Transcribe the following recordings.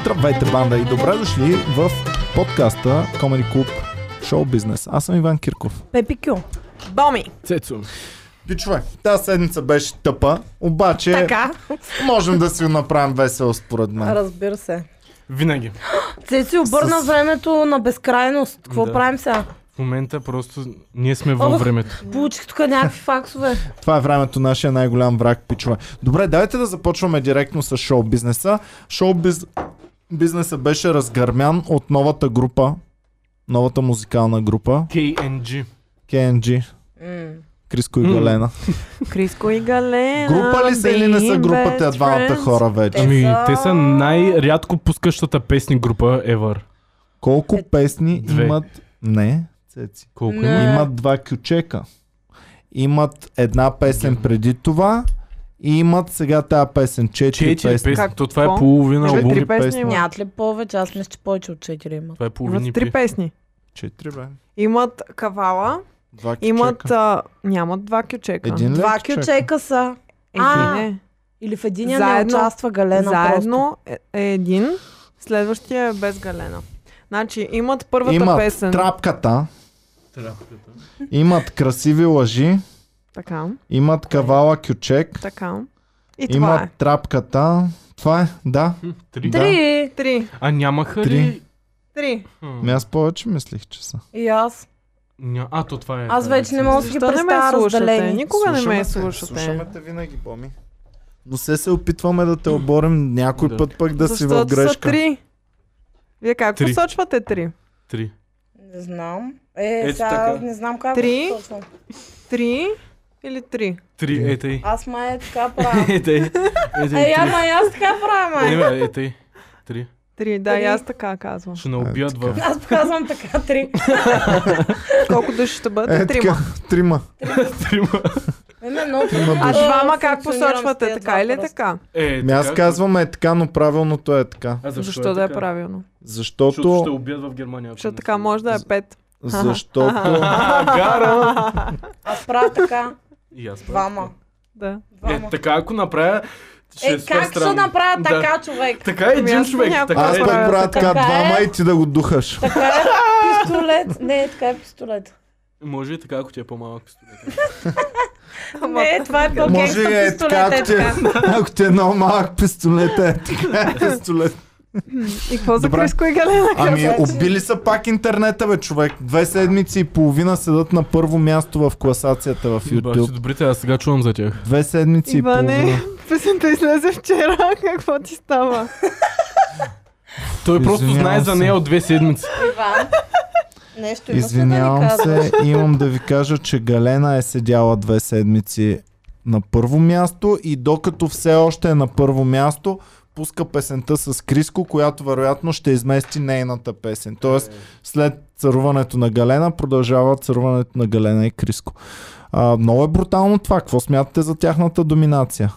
Здравейте, банда и добре дошли в подкаста Comedy Club Шоу Бизнес. Аз съм Иван Кирков. Пепи Кю. Боми. Е. Цецо. Пичове, тази седмица беше тъпа, обаче Така, можем да си го направим весело според мен. разбира се. Винаги. Ти си обърна С- времето на безкрайност. Какво Да. правим сега? В момента просто ние сме във Ох. времето. Получих тук някакви факсове. Това е времето, нашия най-голям враг, пичове. Добре, давайте да започваме директно с шоу бизнеса. Шоу биз... бизнеса беше разгърмян от новата група, новата музикална група, KNG. KNG, Криско и М. Галена. Криско и Галена. Група ли са или не са being групата best двамата friends? хора вече? Те Ами, са- те са най-рядко пускащата песни група ever. Колко Е, песни две. имат... Не, цеци. Колко е? Не. има? Имат два кючека. Имат една песен преди това и имат сега тази песен. Четири Четири песни. песни. Как? То това е Какво? половина Четири албум. Три песни песни. имат. Нямат ли повече? Аз мисля, че повече от 4 имат. Това е половина Имат три пи. песни. Четири, бе. Имат кавала, Два кючека. имат... А, нямат два кючека. Един ли Два е кючек? кючека са. А, Един е. Или в единия не Заедно- участва Галена просто. Заедно е, е един, следващия е без Галена. Значи имат първата имат песен. трапката, Трапката. имат красиви лъжи, Така, имат кавала кючек, така. И това имат е. трапката. Това е, да. Хм, Три. Да. Три. Три. А нямаха Три. ли? Три. Ми Хм. Ами аз повече мислих, че са. И аз. Ня- А, то това е. Аз това е, вече не да. мога да си ги Защо не ме представя слушате? разделени. Никога не Слушаме ме те, слушате. Слушаме те винаги, Боми. Но се се опитваме да те оборим някой Да. път пък да си в Защото са грешка. три. Вие как Три. посочвате три? Три. Не знам. Е, Ето сега така. не знам как Три. го посочвам. Три или три? Три, е тъй. Аз май е така правя. Е тъй. Е Е, тъй. я, ма, и аз така правя, Три. май. Не, бе, Е тъй. Три. Три, да, и Три. аз така казвам. Ще наубият така. в... Аз показвам така три. Колко души ще Е, бъдат? така, Трима. трима. Трима. Именно. Трима А души. двама как Функционирам с посочвате? тези Така два или пръста. така? Е, Ми аз така. казвам е така, но правилното е така. А защо, Защо да е така? правилно? Защото ще Защото... убият в Германия. ако Защото не така са. може да е пет. Защото... А, гара! Аз правя така. И аз правя Двама. Да. така. Двама. Е, така ако направя, ще Е, супер как ще странно. направя Да. така, човек? Така е един Ами аз човек. някой Така Аз е. пък правя правя така. така Така е. двама и ти да го духаш. Така е пистолет. Не, така е пистолет. Може и така, ако ти е по-малък. Ама- Не, това е по-гейм Може и е така, ако ти, е- ако ти е много малък пистолет, е така е пистолет. И какво за Добре. Криско и Галена? Ами убили са пак интернета, бе, човек. Две седмици и половина седат на първо място в класацията в Бащи YouTube. добрите, аз сега чувам за тях. Две седмици и Иване, половина. песента излезе вчера, какво ти става? Той просто Извинявам знае за се. нея от две седмици. Иван. Нещо имаш ли да ни Извинявам казваш? се, имам да ви кажа, че Галена е седяла две седмици на първо място и докато все още е на първо място, пуска песента с Криско, която вероятно ще измести нейната песен. Тоест, след царуването на Галена, продължава царуването на Галена и Криско. А, много е брутално това. Какво смятате за тяхната доминация?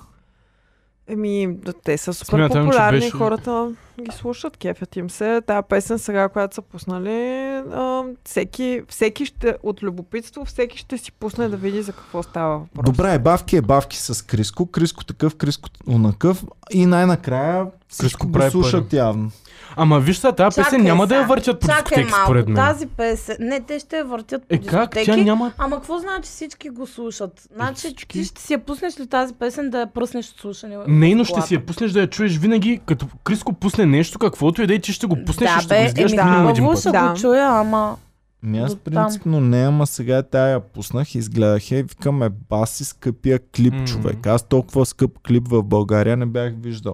Еми, да, те са супер Смятам, че популярни, беше- хората ги слушат, кефят им се. Тая песен сега, която са пуснали, а, всеки, всеки ще, от любопитство, всеки ще си пусне да види за какво става въпрос. Добре, бавки е бавки с Криско. Криско такъв, Криско онакъв. И най-накрая всичко Криско го прави слушат явно. Ама виж сега, тази песен Чакай няма да я сега. въртят по Чакай дискотеки, малко, според мен. тази песен... Не, те ще я въртят по Е как? дискотеки. Тя няма... Ама какво значи всички го слушат? Значи всички. ти ще си я пуснеш ли тази песен да я пръснеш от слушане? Нейно в ще колата? си я пуснеш да я чуеш винаги, като Криско пусне нещо, каквото и да е, ти ще го пуснеш и да, ще го бе, изгледаш еми, да. минимум един хубаво път. ще Да. го чуя, ама... Ми Ами аз До там. принципно не, ама сега е тая я пуснах, изгледах я и викам е баси скъпия клип, Мгм. mm-hmm. човек. Аз толкова скъп клип в България не бях виждал.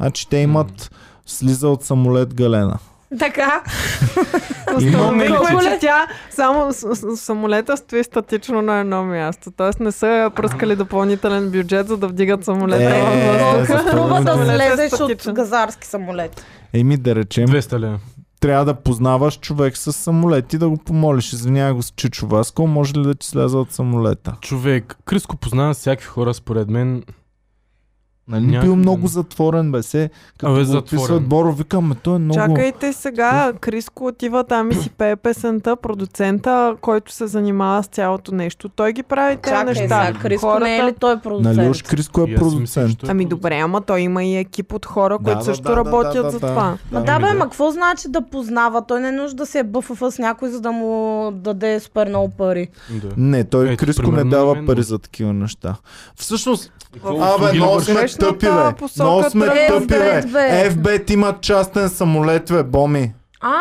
Значи те имат mm-hmm. слиза от самолет Галена. Така. Имаме ли ти? Установихме, че тя само с- с- самолета стои статично на едно място. Тоест не са пръскали допълнителен бюджет, за да вдигат самолета. Е, във въздуха. за това Хубаво да Самолетът слезеш Статичен. от газарски самолет. Еми да речем, 200 лева. трябва да познаваш човек с самолет и да го помолиш. Извинявай го с Чичо Васко, може ли да ти сляза от самолета? Човек, Криско познава всякакви хора, според мен. Нали Някак- бил много затворен, бе се. Като Абе, го затворен. описват Боро, викаме, той е много... Чакайте сега, Криско отива там и си пее песента, продуцента, който се занимава с цялото нещо. Той ги прави тези Чакай неща. сега, Криско не е ли той продуцент? Нали уж Криско И е аз си мислех, че продуцент. той е Ами продуцент. добре, ама той има и екип от хора, Да, които да, също да, да, работят да, да, за да. това. Ма да, Ами бе, да. ма какво значи да познава? Той не е нужда да се е бъфъфа с някой, за да му даде супер много пари. Да. Не, той Ето, Криско не примерно на дава мен- пари за такива неща. Всъщност, Какво абе, услуги много ли сме вършиш? Грешната тъпи, бе. посока Много сме тръгна. тъпи, бе. FBET, бе. FBET имат частен самолет, бе, Боми. А,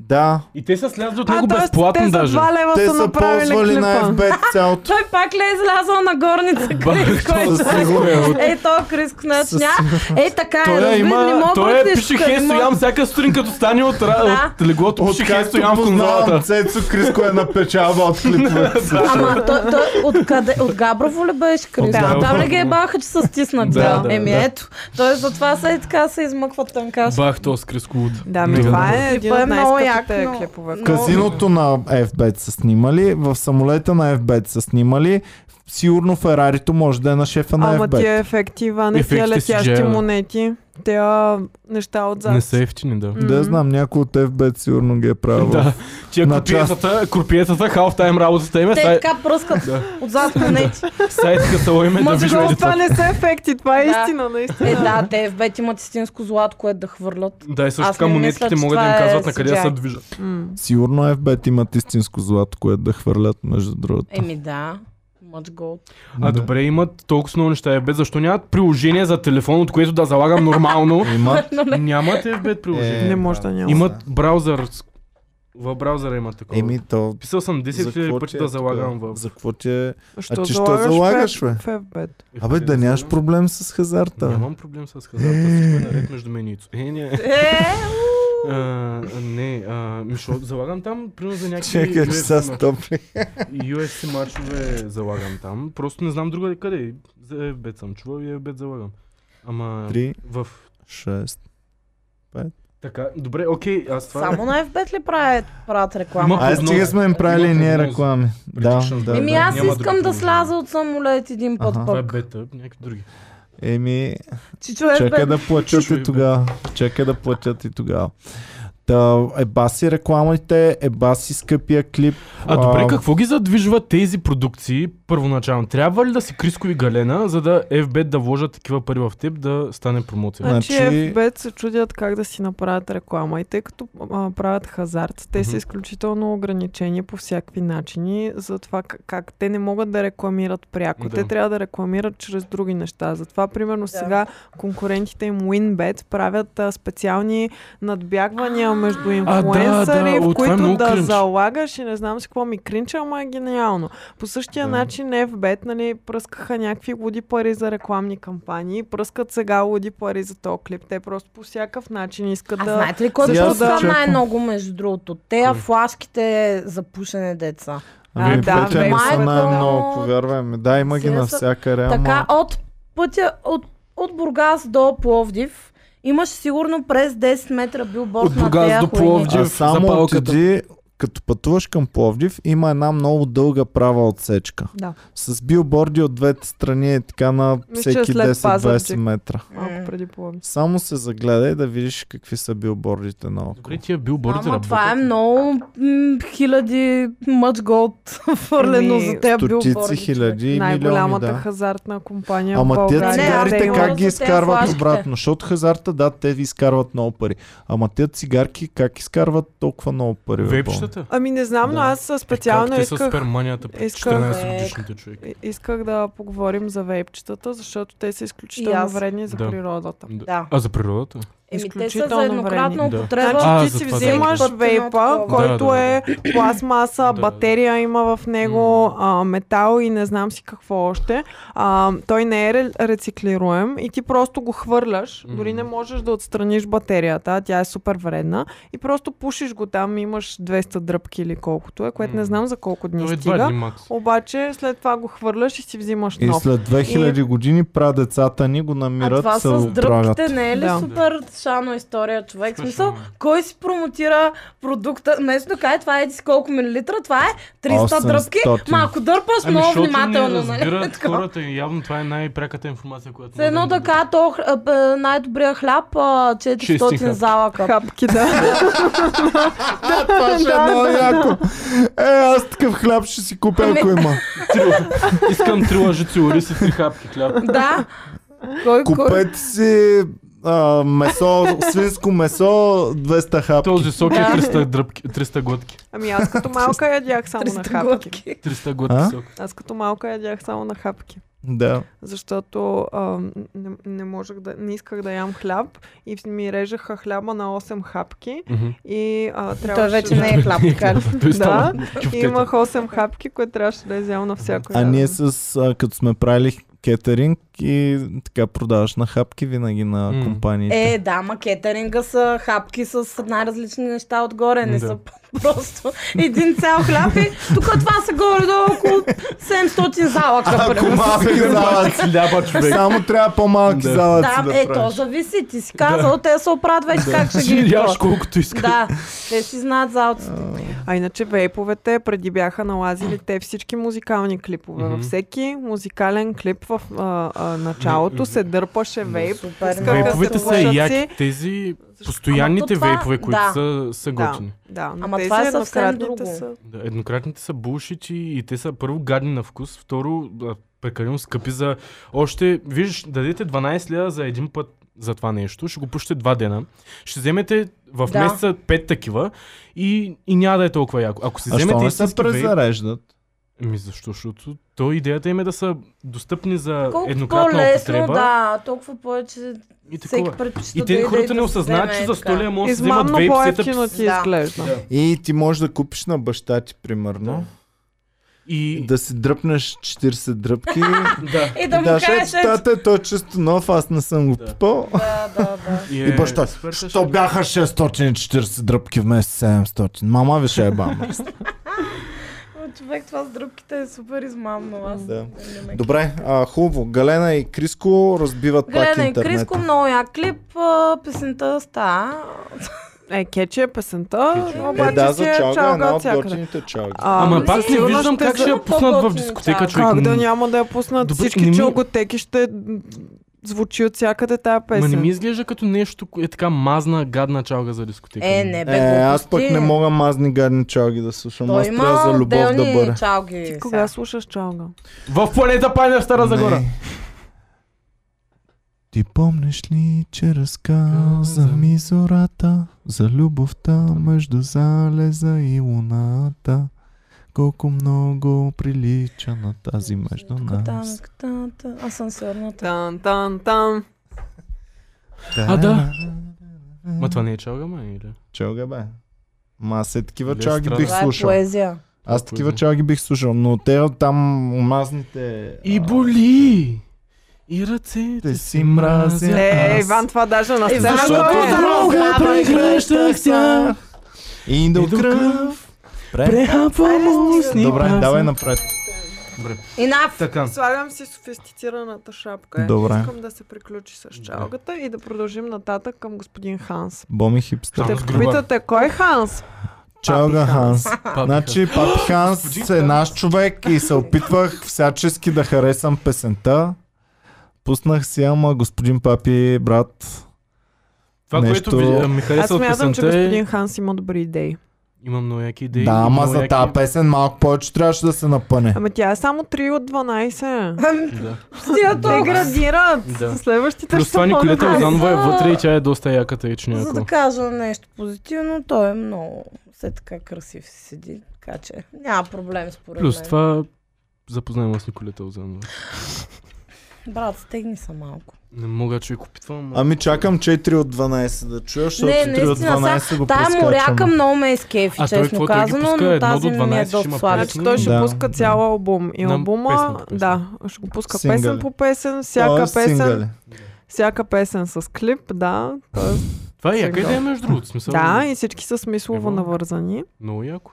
Да. И те са слязли от А, него т.е. безплатно те за даже. 2 лева Те са са направили ползвали на клипа. FBET цялото. той пак ли е излязъл на горница, Криско? Ба, Е, със той- сигурност. Е, то Криско, значи Със няма. Е, така е, Той е, разби, не има, мога той е, пише тук, не Хей мога- Стоян всяка сутрин, като стане от, Да. ра- от леглото, пише Хей Откакто Стоян в познавам конзолата. Цецо, Криско е напечава от клиповете. си. Ама той, той от, къде, от Габрово ли беше Криско? Да. Там ли ги е баха, че са стиснати? Да, да, Еми да. ето. Тоест затова са и така се измъкват тънкаш. Бах, то с Криско Да, ми Мега това добре. е един Клипа е от много най-скъпите як, но- клипове. В казиното на FBET са снимали, в самолета на FBET са снимали, сигурно Ферарито може да е на шефа на Ама е- FBET. тия ефекти, Иване, тия Ефектите си летящи джема. монети, тия неща отзад. Не са ефтини, да. М. Да знам, някой от FBET сигурно ги е правил. Да. Тия На курпиетата, курпиетата, халф тайм работата им е, Те сай- така пръскат отзад монети. сайт като им е да Може виждаме Защото ли това това. не са ефекти, това е Да. истина, наистина. Е, да, те в бет имат истинско злато, което да хвърлят. Да, и също Аз така не мисля, монетките че могат да им това е казват на къде CGI. се движат. М. Сигурно FBET имат истинско злато, което да хвърлят между другото. Еми да, much gold. А Да. добре, имат толкова много неща FB, защо нямат приложение за телефон, от което да залагам нормално? Има. Но не. Нямат FB Е, приложение. Не може да няма. Имат браузър. В браузъра има такова. Еми то... Писал съм 10 за 000 какво пъти ти е да тука? залагам в... За какво ти е... Що ти що залагаш, бе? В FBET. Е, Абе, да нямаш проблем с хазарта. бе. Нямам проблем с хазарта, всичко е наред между мен и Ицо. Е, не. Е, у. А, не, а, ми шо, залагам там, примерно за някакви Чакай, че са UFC, ма- стопли. UFC мачове залагам там. Просто не знам друга къде. За FB съм чувал и FB залагам. Ама Три, в... шест. Така, добре, окей, аз това... е- Само на FBET ли правят, правят реклама? Ма, Ай, стига сме им правили и ние прогноз. реклами. Да, Prediction. да, Еми да. аз няма искам друго да положение. сляза от самолет един път Аха. Това е пък. бета, някакви други. Еми, Чичо FBET Чакай да платят Чуй, и бе. тогава. Чакай да платят и тогава. Та, еба си рекламите, еба си скъпия клип. А добре, какво ги задвижва тези продукции първоначално? Трябва ли да си Криско и Галена, за да FB да вложат такива пари в теб да стане Е, промоция? А, Значи Значи- FBET се чудят как да си направят реклама. И тъй като а, правят хазарт, те Мгм. са изключително ограничени по всякакви начини за това как, как те не могат да рекламират пряко. Да. Те трябва да рекламират чрез други неща. Затова, примерно, Да. сега конкурентите им WinBet правят а, специални надбягвания А. между да, инфлуенсъри, да, о, в това е които много да кринч. залагаш и не знам си какво ми кринча, ама е гениално. По същия Да. начин FBET, нали, пръскаха някакви луди пари за рекламни кампании, пръскат сега луди пари за този клип. Те просто по всякакъв начин искат А да... знаете ли кой Също да, да. най-много между другото? Те Кой? флашките за пушене деца. Ами, А, да, петя не бе, са майко. най-много, повярвай ми. Да, има ги Сега са- навсяка реално. Така от пътя, от, от Бургас до Пловдив, имаш сигурно през 10 метра билборд От на Бургас тея до хуйни. Пловдив. А Пловдив, само запалката. отиди, като пътуваш към Пловдив, има една много дълга права отсечка. Да. С билборди от двете страни е така на Мисля, че всеки след 10-20 Пазарджик. метра. Малко преди половин. Само се загледай да видиш какви са билбордите наоколо. Добре, тия билбордите Ама работят. това е много м- хиляди мъч голд фърлено Еми, за тея билборди. Стотици хиляди и милиони, Най-голямата да. хазартна компания в Ама те България. Не, аз цигарите не как мога ги за тези изкарват флашките. обратно? Защото хазарта, да, те ви изкарват много пари. Ама те цигарки как изкарват толкова много пари? бе, Боми? Вебщата? Ами не знам, но Да. аз Е, специално Как те с исках... перманията при исках- 14 годишните човек? и- Исках да поговорим за вейпчетата, защото те И са изключително аз. вредни за Да. природата. Да. А за природата? Еми, те са изключително за еднократна вредни. Да. употреба. А, Значи ти за си това взимаш да. вейпа, Да, който да, е пластмаса, Да, батерия има в него, а, метал и не знам си какво още. А, той не е ре- рециклируем и ти просто го хвърляш. Дори не Мгм. можеш да отстраниш батерията, а тя е супер вредна. И просто пушиш го там, имаш 200 дръпки или колкото е, което не Мм. знам за колко дни Той е два стига. дни макс. Обаче след това го хвърляш и си взимаш И нов. след 2000 години прадецата ни го А намират, това се с отравят. дръпките не е ли Да. супер Шано история, човек. В смисъл, кой си промотира продукта? Вместо да каже, това е еди си колко милилитра, това е 300 800. дръпки. Ма ако дърпаш много Ами, защото внимателно, не нали? разбират Такова. хората нали? и явно това е най-пряката информация, която... С едно да кажа, то хр- а, бе, най-добрия хляб а, 400 хапки. залъка. Капки, да. Това ще е много яко. Е, аз такъв хляб ще си купя, ако Ами, има. Три- Искам три лъжици ориз и три хапки хляб. Да. Кой, кой? Купете си а, месо, свинско месо, 200 хапки. Този сок е Да. 300, дръпки, 300 глътки. Ами аз като малка ядях само на 300 хапки. глътки. 300 А? глътки сок. Аз като малка ядях само на хапки. Да. защото а, не, не можех да, не исках да ям хляб и ми режеха хляба на 8 хапки Мгм. и а, трябваше Той вече да... не е хляб, така ли? Той Да, стана и кюфтета. имах 8 хапки, които трябваше да изям на всяко е А е? ядене. ние с, а, като сме правили кетеринг и така продаваш на хапки винаги на М. компаниите. Е, да, ма кетеринга са хапки с най-различни неща отгоре, не Да. са просто един цял хляб и тук това са горе до около 700 залъка. Ако примерно. малки залъци. Хляба човек. Само трябва по-малки Да. залъци Да, да е, то правиш. зависи, ти си казал, те се оправят вече как ще ги Си яш изпълнят. колкото искаш. Да, те си знаят залците. А иначе вейповете преди бяха налазили те всички музикални клипове. Мгм. Във всеки музикален клип в а, а, началото се дърпаше вейп. Супер. Искаха много. Вейповете са слушат яки. си. Тези постоянните Ама то това- вейпове, които да. са, са Да, готини. да, но Ама тези това е съвсем еднократните друго. са... Да, еднократните са булшичи и те са първо гадни на вкус, второ а, прекалено скъпи за още, виж, дадете 12 лева за един път за това нещо, ще го пушите два дена, ще вземете в Да. месеца 5 такива и, и няма да е толкова яко. Ако си А що вземете не се истински вейп, презареждат? ми защо, защото то идеята им е да са достъпни за Колкото еднократна по-лесно, употреба да, толкова повече и всеки такова. предпочита И да те иде хората да не си осъзнават, вземе че за 100 така. лева може да си вземат Измамно вейп по-ефтино сетъп. ти Да. изглежда. Да. И ти можеш да купиш на баща ти, примерно, И, и да си дръпнеш 40 дръпки. да. И да му да, кажеш, ще ето, тате, той е чисто нов, аз не съм го Да. Е, пипал. да, да, да. И баща си, свършаш- Що бяха 640 дръпки вместо 700? Мама ви ще е бама. О, Човек, това с дръпките е супер измамно. Аз Да. не ме Добре, а, хубаво. Галена и Криско разбиват пак Гледай, интернет. Криско, много як клип, а, песента ста. Е, кече е песента, Кече е. Е, обаче да, си за е чалга е една чалга от всякъде. готините чалги. А, Ама м, пак не сигурно виждам ще как ще за- я пуснат в по-готини дискотека, чалги. човек. Как да М, няма да я пуснат? Добре, не Всички ми- чалготеки ще м, звучи от всяка тая Ма песен. не ми изглежда като нещо, ко- е така мазна, гадна чалга за дискотека. Е, не бе, Е, аз пък глупости. не мога мазни гадни чалги да слушам. Той Аз има трябва за любов да отделни бъда. чалги. Ти сега. кога слушаш чалга? В планета Пайна в Стара Загора. Не. Ти помниш ли, че разказа ми зората за любовта между залеза и луната? Колко много прилича на тази между нас. Катанката, Асансьорната. Тан, тан, тан. А, да. Ма това не е чалга, ма или? Чалга бе. Ма аз е такива Лев чалги Страда. бих Това е слушал. поезия. Аз Това е такива поезия. чалги бих слушал, но те от там мазните... И а, боли! И ръцете Те си си мразя. мразя. Е, Аз- Иван, това даже на сцена Защото го е. друг- друга Ама, прегръщах се. И до кръв. Прехапвам устни Добре, празни. давай напред. Добре. Инаф. Така. Слагам си софистицираната шапка. Е. Добре. Искам да се приключи с чалгата и да продължим нататък към господин Ханс. Боми хипстър. Ще Ханс Грубър. попитате, кой е Ханс? Чалга Ханс. Папи Значи Папи Ханс е наш човек и се опитвах всячески да харесам песента. Пуснах си, ама господин Папи, брат, Това, нещо- което ви- а, ми Аз хареса от смятам, че песента е... господин Ханс има добри идеи. Имам много яки идеи. да, имам ама много за яки- тази песен малко повече трябваше да се напъне. Ама тя е само 3 от 12. Да. Тя те градират. Да. Следващите Плюс ще са това Николета по-набрани. Озанова е вътре и тя е доста яка, тъй че За да някакво. кажа нещо позитивно, той е много все така красив си седи, така че няма проблем според Плюс мен. това запознаем с Николета Озанова. Брат, стегни са малко. Не мога, човек, опитвам. но- Ами чакам 4 от 12 да чуя, защото Не, 3 от наистина, 12 го Тая моряка прескачам. много ме изкефи, А той какво, честно той ги казано, пуска но едно тази до ми е 12 ще доста има слаба. песни. Значи той ще Да. пуска цял албум. И На песен албума, по песен. да, ще го пуска Сингъли. песен по песен, Той всяка е песен, сингъл. всяка песен с клип, да. Тоест, Това е яка Сега. идея, между другото. Смисъл, да, и всички са смислово Ево. навързани, Много яко.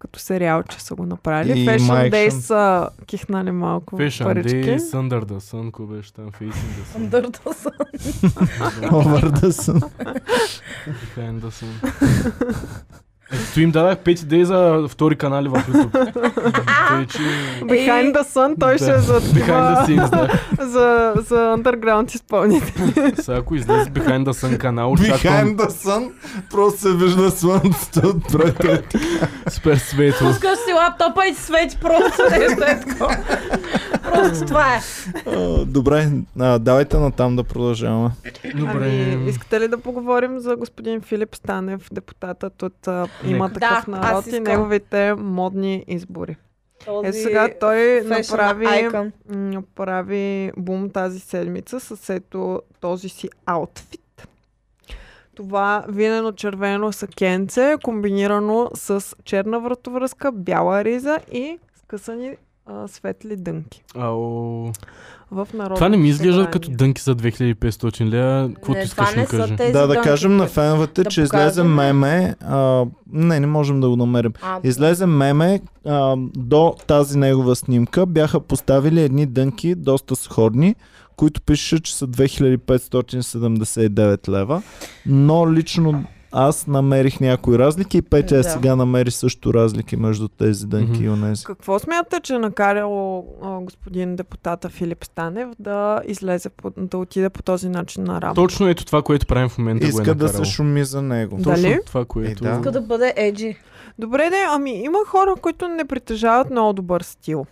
като сериал, че са го направили. И Fashion Mike Day Shum. са кихнали малко Fashion парички. Day, Thunder the Sun, кой беше там, Facing the Sun. Under the sun. Over the sun. Behind the scene. Ето Е, им дадах 5 идеи за втори канали в YouTube. Тъй, че... Behind the Sun, той ще е за Behind the такива- Scenes, да. за, за underground изпълнител. Сега ако излезе Behind the Sun канал, очаквам Behind the sun, просто се вижда слънцето от брата. супер светло. Пускаш си лаптопа и свети просто нещо е такова. Просто това е. А, Добре, а, давайте натам да продължаваме. Добре. Ами, искате ли да поговорим за господин Филип Станев, депутатът от а, Има Нека. такъв Да, народ аз и искам. неговите модни избори? Този Е, сега той fashion направи... icon. направи бум тази седмица с ето този си аутфит. Това винено червено сакенце, комбинирано с черна вратовръзка, бяла риза и скъсани а, светли дънки. Ау. В народното Това не ми изглежда събрание. като дънки за 2500 лева. Каквото Не, това искаш не да са кажа. тези Да, да дънки, кажем на които- феновете, да че излезе показваме. меме. А, не, не можем да го намерим. А, Излезе меме а, до тази негова снимка. Бяха поставили едни дънки, доста сходни, които пише, че са 2579 лева. Но лично аз намерих някои разлики и Петя Да. сега намери също разлики между тези дънки Мгм. и онези. Какво смятате, че е накарало а, господин депутата Филип Станев да излезе, по, да отиде по този начин на работа? Точно ето това, което правим в момента го е Иска да се накарало. шуми за него. Да. Точно Дали? това, което... Е, да. Иска да бъде еджи. Добре, де, ами има хора, които не притежават много добър стил.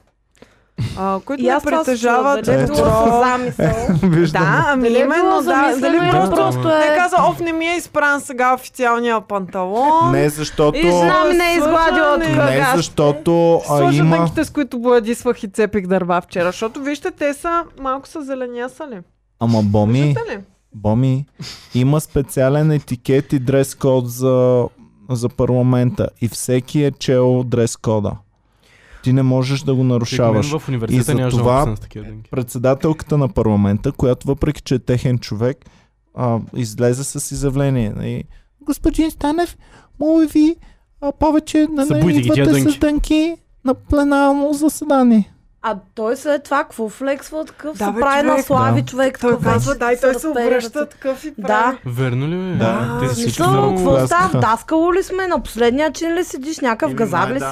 А, които И не аз това се чудя, притежават дали е добро- било със замисъл. Виждам. Да, ами Дали е било именно, да. замислено Дали или просто- просто Да, не е... каза, оф, не ми е изпран сега официалния панталон. Не защото... И знам, не е изгладила от Не, Не кагаш. защото а, Сложа има... дънките, с които бладисвах и цепих дърва вчера, защото вижте, те са малко са зеленясали. Ама Боми, Виждате ли? Боми, има специален етикет и дрес код за, за парламента. И всеки е чел дрес кода. Ти не можеш да го нарушаваш. Мен в университета И няма затова- това... с такива дънки. Председателката на парламента, която въпреки, че е техен човек, а, излезе с изявление. И, Господин Станев, моля ви а, повече да не Събуйте ги тия идвате с дънки." дънки на пленарно заседание. А той след това какво флексва такъв? Да, се бе, прави човек. на слави човек. Той такъв, казва, вече дай, той се разперира обръща ръце. такъв и Да. прави. Верно ли бе? Да. Тези Мисля, всички Мисля, много... какво става? пляскаха. Даскало ли сме? На последния чин ли седиш? Някакъв газар ли си?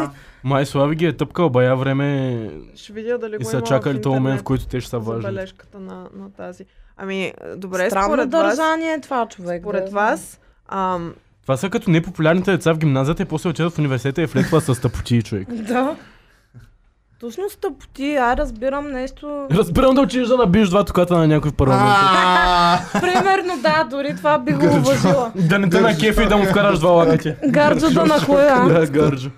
Май Слави ги е тъпкал бая време Ще видя дали и го има са чакали в този момент, в интернет. който те ще са важни. забележката на, на тази. Ами, добре, Странно според вас, държание е това, човек. според да. вас ам, Това са като непопулярните деца в гимназията и после отидат в университета и флеква с тъпоти човек. Да. Точно стъпоти, а разбирам нещо. Разбирам да отидеш да набиеш два токата на някой в парламента. Примерно да, дори това би го уважила. Да не те на кефи и да му вкараш два лакати. Гарджо да на коя? Да, гарджо.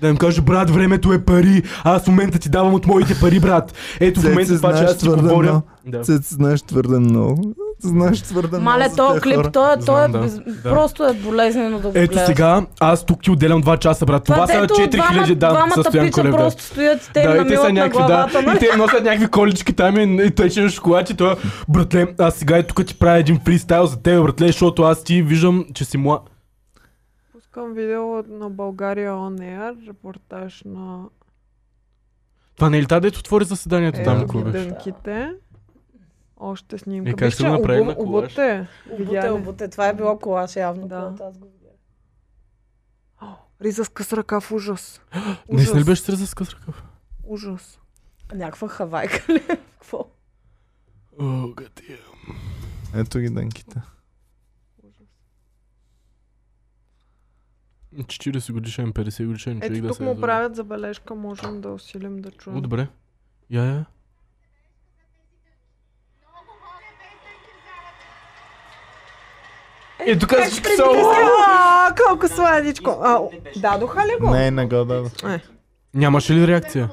Да им кажа, брат, времето е пари. Аз в момента ти давам от моите пари, брат. Ето в Цеци, момента това, че знаеш аз ти твърде говоря. много. Да. Цец, знаеш твърде много. Знаеш твърде много. Мале, за то тия клип, хора. той, е- той е, Знам, да. без- Да. просто е болезнено да го Ето гледаш. сега, аз тук ти отделям 2 часа, брат. Това, са дето 4000 да, двамата със Стоян пича Колев. да. просто стоят и те да, да, и те са намилат на някакви, да. главата. нали? И те носят някакви колички там и, и тъчен шоколад и той, братле, аз сега и тук ти правя един фристайл за тебе, братле, защото аз ти виждам, че си млад. пускам видео от- на България On Air, репортаж на Това не е ли тази, дето отвори заседанието е, там, ако какво беше? дънките. Още снимка. Е, как Вижте, ще го направим на обу- колаж? обуте. Обуте, обуте, това е било колаж явно. Да. когато аз го видях. Риза с къс ръка в ужас. Не си ли Ужас. беше среза с къс ръкав? Ужас. Някаква хавайка ли? е? Какво? О, е. гадия. Ето ги дънките. 40 годишен, 50 годишен човек Ето да тук се е му разори. правят забележка, можем да усилим да О, чуем. добре. Я, я. Е, тук аз всички са... А, колко сладичко! А, дадоха ли го? Не, не го дадох. Е. Нямаше ли реакция?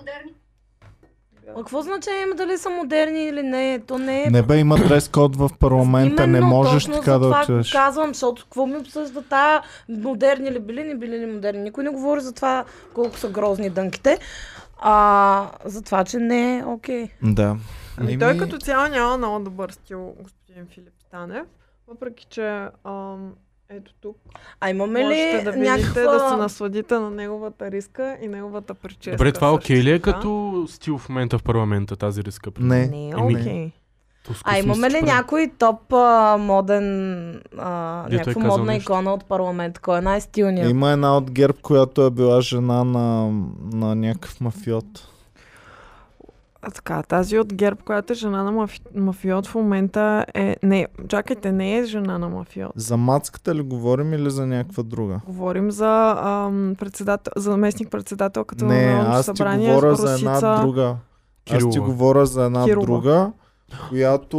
А какво значение има дали са модерни или не? То не е... Не бе, има дрес код в парламента, не Именно, можеш точно така за да това отидеш. казвам, защото какво ми обсъжда тая модерни ли били, не били ли модерни. Никой не говори за това колко са грозни дънките. А, за това, че не е окей. Да. Ами той като цяло няма много добър стил, господин Филип Станев. Въпреки, че ам, ето тук А имаме можете ли да видите, някаква... да се насладите на неговата риска и неговата прическа. Добре, това окей ли е също така. като стил в момента в парламента, тази риска? Не. Не, е Еми, окей. А имаме ли някой топ а, моден, а, Дето е някаква казал модна нещо. икона от парламент? Кой е най-стилният? Има една от ГЕРБ, която е била жена на, на някакъв мафиот. А така, тази от ГЕРБ, която е жена на мафи... мафиот в момента е... Не, чакайте, не е жена на мафиот. За мацката ли говорим или за някаква друга? Говорим за ам, председател, заместник председателката на не, Народното аз ти събрание. говоря за Русица. една друга. Аз ти Кирова. говоря за една Кирова. друга, която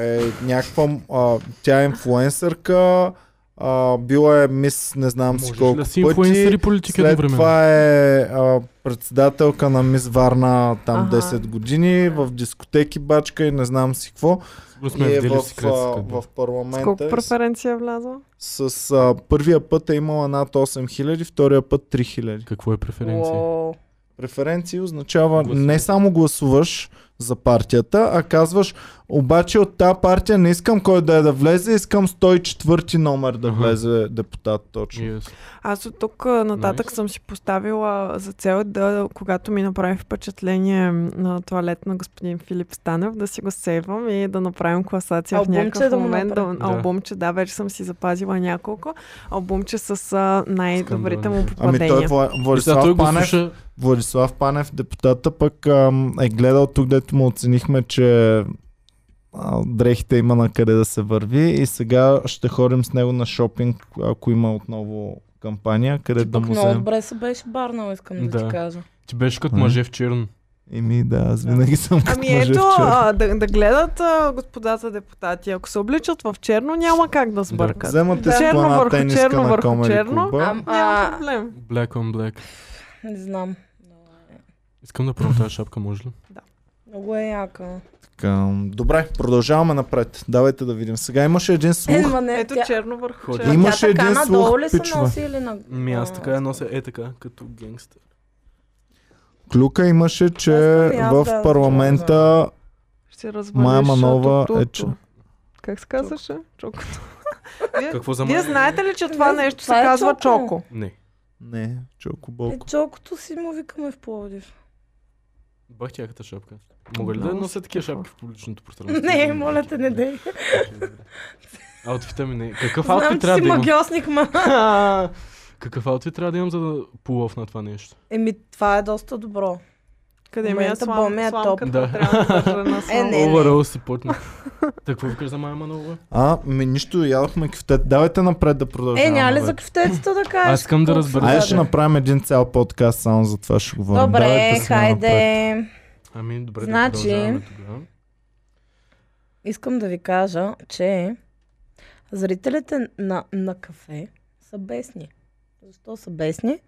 е някаква... А, тя е инфлуенсърка, а, била е мис не знам си Можеш колко ли да си пъти. инфлуенсъри политика След до време? това е а, председателка на Мис Варна там Аха. 10 години, в дискотеки бачка и не знам си какво. Сигурно И сме е видели в, а, секрет секрет, да. в парламента. С колко и с- преференция е влязла? С, а, първия път е имала над 8000, втория път 3000. Какво е преференция? Уоу. Преференции означава Гласувай. не само гласуваш за партията, а казваш обаче от тази партия не искам кой да е да влезе, искам 104 номер да Аха. влезе депутат точно. Yes. Аз от тук а, нататък Nice. съм си поставила за цел да, когато ми направи впечатление на туалет на господин Филип Станев, да си го сейвам и да направим класация Албумче в някакъв да му момент. Да, направим. Да. албумче, да, вече съм си запазила няколко. Албумче с а, най-добрите му Ами попадения. той е Вла- Сега той Владислав го Панев, слуша, Владислав Панев, депутата пък ам, е гледал тук, дето му оценихме, че а, дрехите има на къде да се върви и сега ще ходим с него на шопинг, ако има отново кампания, къде да Пък му много вземем. добре се беше барнал, искам да, Да. ти кажа. ти беше като М. мъже в черно. Еми да, аз винаги съм като Ами мъже ето, в черно. а, да, да гледат а, господата депутати. Ако се обличат в черно, няма как да сбъркат. Вземате Да. с Черно плана върху тениска черно на върху Комери черно. клуба. Ам, Няма а, проблем. Black on black. не знам. Искам да пробвам тази шапка, може ли? Много е яка. Така, Добре, продължаваме напред. Давайте да видим. Сега имаше един Е, слух. Е, Ма не, Ето тя, черно върху Ходи. тя черно. Има- Имаше така един слух, надолу ли се пичове. носи или на... Ми Ами аз така на- я нося е така, като гангстър. Клюка имаше, че Аз съм я в да парламента Ще развалиш Мая Манова тото. е, че- Как се казваше? Чокото. Вие, Какво за вие мен? знаете ли, че това Не, нещо се това е казва чоко. чоко? Не. не, Е, Чокоболко. чолкото си му викаме в Пловдив. Бах тяката шапка. Мога ли да Много нося си такива тъпа. шапки в публичното пространство? Не, моля те, не дей. Аутфита ми не. Какъв Знам, аутфит че си трябва да имам? магиосник, ма. Ха! Какъв аутфит трябва да имам, за да полов на това нещо? Еми, това е доста добро. Къде ми е Момента слам, Боми е сламката? топ. Да. Трябва да държа на слам. Не, не. Оверол си потна. Та какво викаш за Майя Манова? А, ми нищо, ядохме кифтет. Давайте напред да Е, продължаваме. няма ли бе. за кафтецата да кажеш? Аз искам да колко разбера. са Айде Айде ще даде? направим един цял подкаст, само за това ще говорим. Добре, Давайте сега напред. хайде. Ами, добре, Значи- да продължаваме тогава. Искам да ви кажа, че зрителите на, на кафе са бесни. Защо са бесни?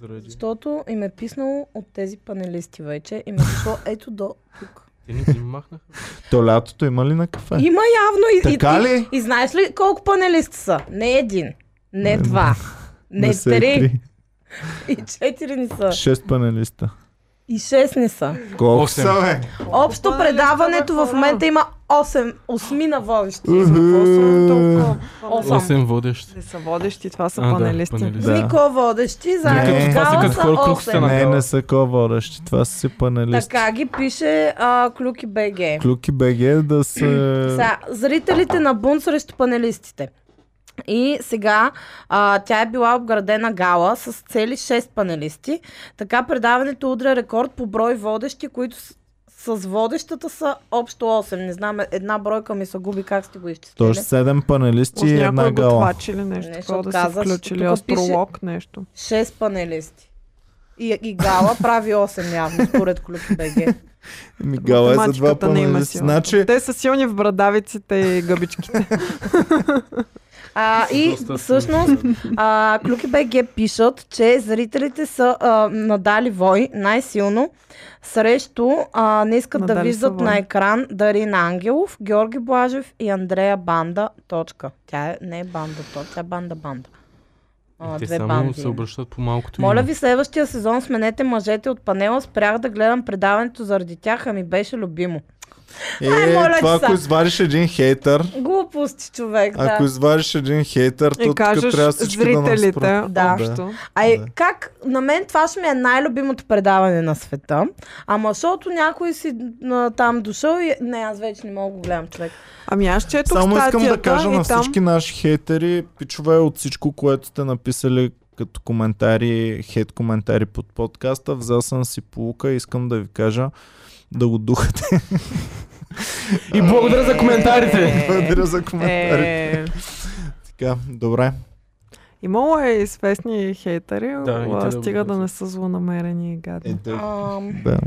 Заради. Защото им е писнало от тези панелисти вече. Им е дошло ето до тук. Те ни ги махнаха. То лятото има ли на кафе? Има явно и, Е. Така и, ли? И, и знаеш ли колко панелисти са? Не един, не Не, два, не, Не се е три, три. и четири не са, Шест панелиста. и шест не са. Колко Осем. са, бе? Общо Панелиста предаването бе, в хора. момента има 8, осмина водещи. Какво са толкова? Осем. Панели- Осем водещи. Не са водещи, това са А, да, панелисти. панелисти. Да. Нико водещи, заедно Не, с това са Гала като са хора, които са 8. на- Не, не са ко-водещи. Това са си панелисти. Така ги пише а, Клюки БГ. Клюки БГ да се... Сега, зрителите на бунт срещу панелистите. И сега а, тя е била обградена гала с цели 6 панелисти. Така предаването удря рекорд по брой водещи, които с, с водещата са общо 8. Не знам, една бройка ми се губи, как сте го изчислили. Точно е седем панелисти От и някой една гала. готвач или нещо, Нещо такова да отказа, са включили, тук пише- астролог, нещо. 6 панелисти. И, и гала прави 8 явно, според Клюк БГ. Ми гала е за два Математиката не има панелисти. сила. Значи, Те са силни в брадавиците и гъбичките. А, и Доста всъщност А, Клюки БГ пишат, че зрителите са а, надали вой най-силно срещу а, не искат да Надали са виждат вой. на екран Дарин Ангелов, Георги Блажев и Андрея Банда. Точка. Тя е, не е Банда, то, тя е Банда Банда. А, Е, Те две само банди. се обръщат по малкото Моля име. ви, следващия сезон сменете мъжете от панела. Спрях да гледам предаването заради тях, а ми ами беше любимо. Е, Ай, моля ти това се. ако извадиш един хейтър, Глупости, човек, да. ако извадиш един хейтър, то И тук кажеш трябва всички да нас зрителите. спрат. Да. Общо. Ай, Да. как, на мен това ще ми е най-любимото предаване на света. Ама защото някой си а, там дошъл и... Не, аз вече не мога да го гледам, човек. Ами аз четох Само искам да статията кажа и на там... всички наши хейтери, пичове от всичко, което сте написали като коментари, хейт коментари под подкаста. Взел съм си полука и искам да ви кажа да го духате. И благодаря за коментарите. Благодаря за коментарите. Е, Така, добре. имало е известни хейтери, Да, и те а, да стига да обидят. не са злонамерени и гадни. Ето, Ам, да.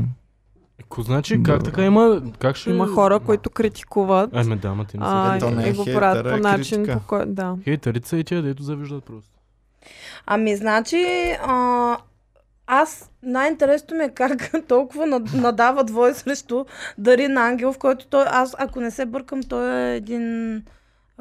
Ако значи, как Да. така има... Как ще... Има хора, които критикуват Ай, ме Ами да, ма те не а, Ето, не са е и го хейтър, правят а по е начин, критика. по който... Да. Хейтерица и тя, дето завиждат просто. ами, значи... А, аз най-интересно ми е как толкова над- надава двое срещу Дарин Ангелов, който той, аз ако не се бъркам, той е един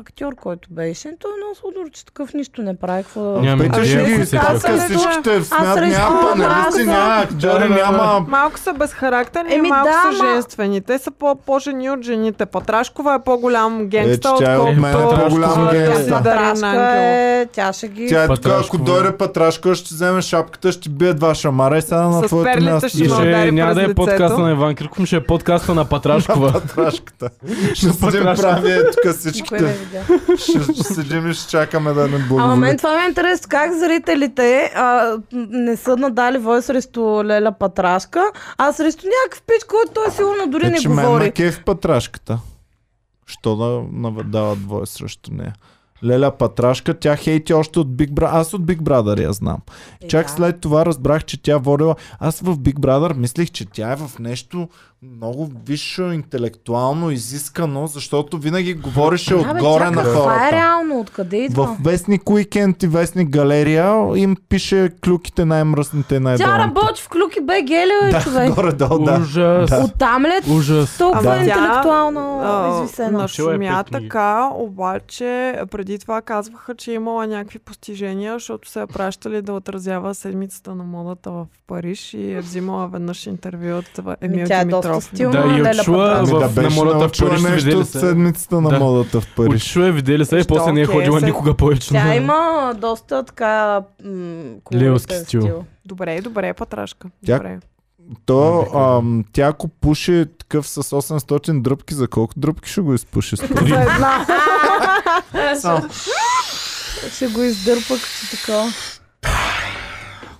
актьор, който беше. Той е много сладур, че такъв нищо не прави. Какво... да- Нямаме Петя идея, ще ако Ами, ги се изтаска казва. Е, всичките в Аз смят. срещу Няма панелисти, Маска. няма Да, актьори, да, да. няма... Малко са безхарактерни, Еми Еми, малко да, да, ма- са женствени. Те са по- по-жени от жените. Патрашкова е по-голям Е, че генгста, тя е от мен е Петрашкова. по-голям Е, генгста. да. Дарин Патрашка е, тя ще ги... Тя е така, ако Патрашкова. дойде Патрашкова, ще вземе шапката, ще бие два шамара и сега на С твоето перлите място. ще И Ще ме ще удари няма през да е лицето. подкаста на Иван Кирков, ще е подкаста на Патрашкова. Патрашката. Ще седим Патрашката. прави е тук Никой не всичките. видя. Ще ще седим и ще чакаме да не Ама мен благоволи. това ме е интерес как зрителите а, м, не са надали вой срещу Леля Патрашка, а срещу някакъв пич, който той сигурно дори Е, не че мен ме говори. кеф Патрашката. Що да наведава двое срещу нея? Леля Патрашка, тя хейти още от Big Brother. Аз от Big Brother я знам. Е, Чак да. след това разбрах, че тя водила. Аз в Big Brother мислех, че тя е в нещо много висше, интелектуално, изискано, защото винаги говореше Да, бе, отгоре чакай, на Това е хората. реално, откъде идва? В Вестник Уикенд и Вестник Галерия им пише клюките най-мръсните и Тя най-долните. работи в клюки БГ ли, бе, човек? Горе-долу, да. Ужас. Да. Оттам ли е Ужас. толкова Да. интелектуално а, извисена? нашумя Чела е пет книги. така, обаче преди това казваха, че е имала някакви постижения, защото се е пращали да отразява седмицата на модата в Париж и е взимала веднъж интервю от Емил тя е доста Димитров. стилна. Да, и Леля отшла Ами Патрашка. в, да на беше мората в научила Париж, нещо видели от се. нали, седмицата на Да. модата в Париж. Отишла е, видели се и Що, после не е окей, ходила се- никога повече. Тя на- има доста така м- Лилски колоритен стил. Добре, добре, патрашка. Тя- Добре. То, Ами, ам, тя ако пуши такъв с 800 дръпки, за колко дръпки ще го изпуши? Три. е За една. Само. Ще го издърпа като така.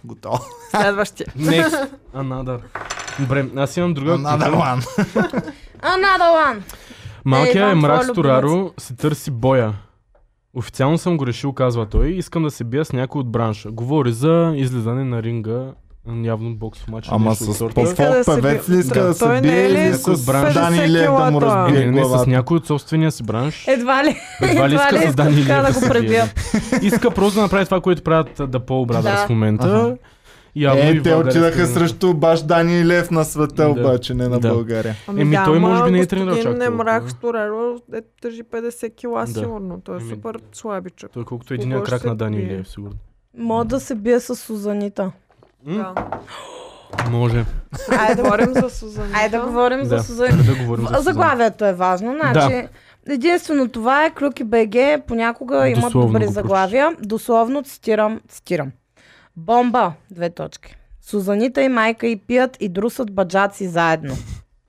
Готово. Следващия. Next. Another. Добре, аз имам друга. Another one. Another one! Малкият Е, е Иван, мрак твой Стораро, се търси боя. Официално съм го решил, казва той. Искам да се бия с някой от бранша. Говори за излизане на ринга, явно боксов матч. или Ама нещо от с сорта. Иска по-фолк да се певец бие. ли иска Ами, Да. да се Той не бие е ли или с с 50 Дани Лев да му кила, той? разбие Или не, с главата? някой от собствения си бранш. Едва Е, ли, Едва ли иска с Дани така Лев да го се бие. пребия. Иска просто да направи това, което правят а, The Paul Brothers Да. в момента. Аха. Явно и Е, в те България отидаха иска да- срещу баш Дани Лев на света, Да. обаче не на Да. България. Еми, той ама може би не е тренирал господин чак толкова. Ами Немрах Стораро е тъжи 50 кила Да. Ами сигурно. Той е Еми, супер слабичък. Той е колкото един Кого крак ще на Дани бие? Лев, сигурно. Мога да се бия с Сузанита. М? Да. Може. Айде да Говорим за Сузан. Айде да говорим Ами за Да. Сузанита. Да говорим за сезон. Заглавието е важно. Значи, единствено това е Клюки БГ. Понякога имат Дословно добри го заглавия. Дословно цитирам, цитирам. Бомба, две точки. Сузанита и майка и пият и друсат баджаци заедно.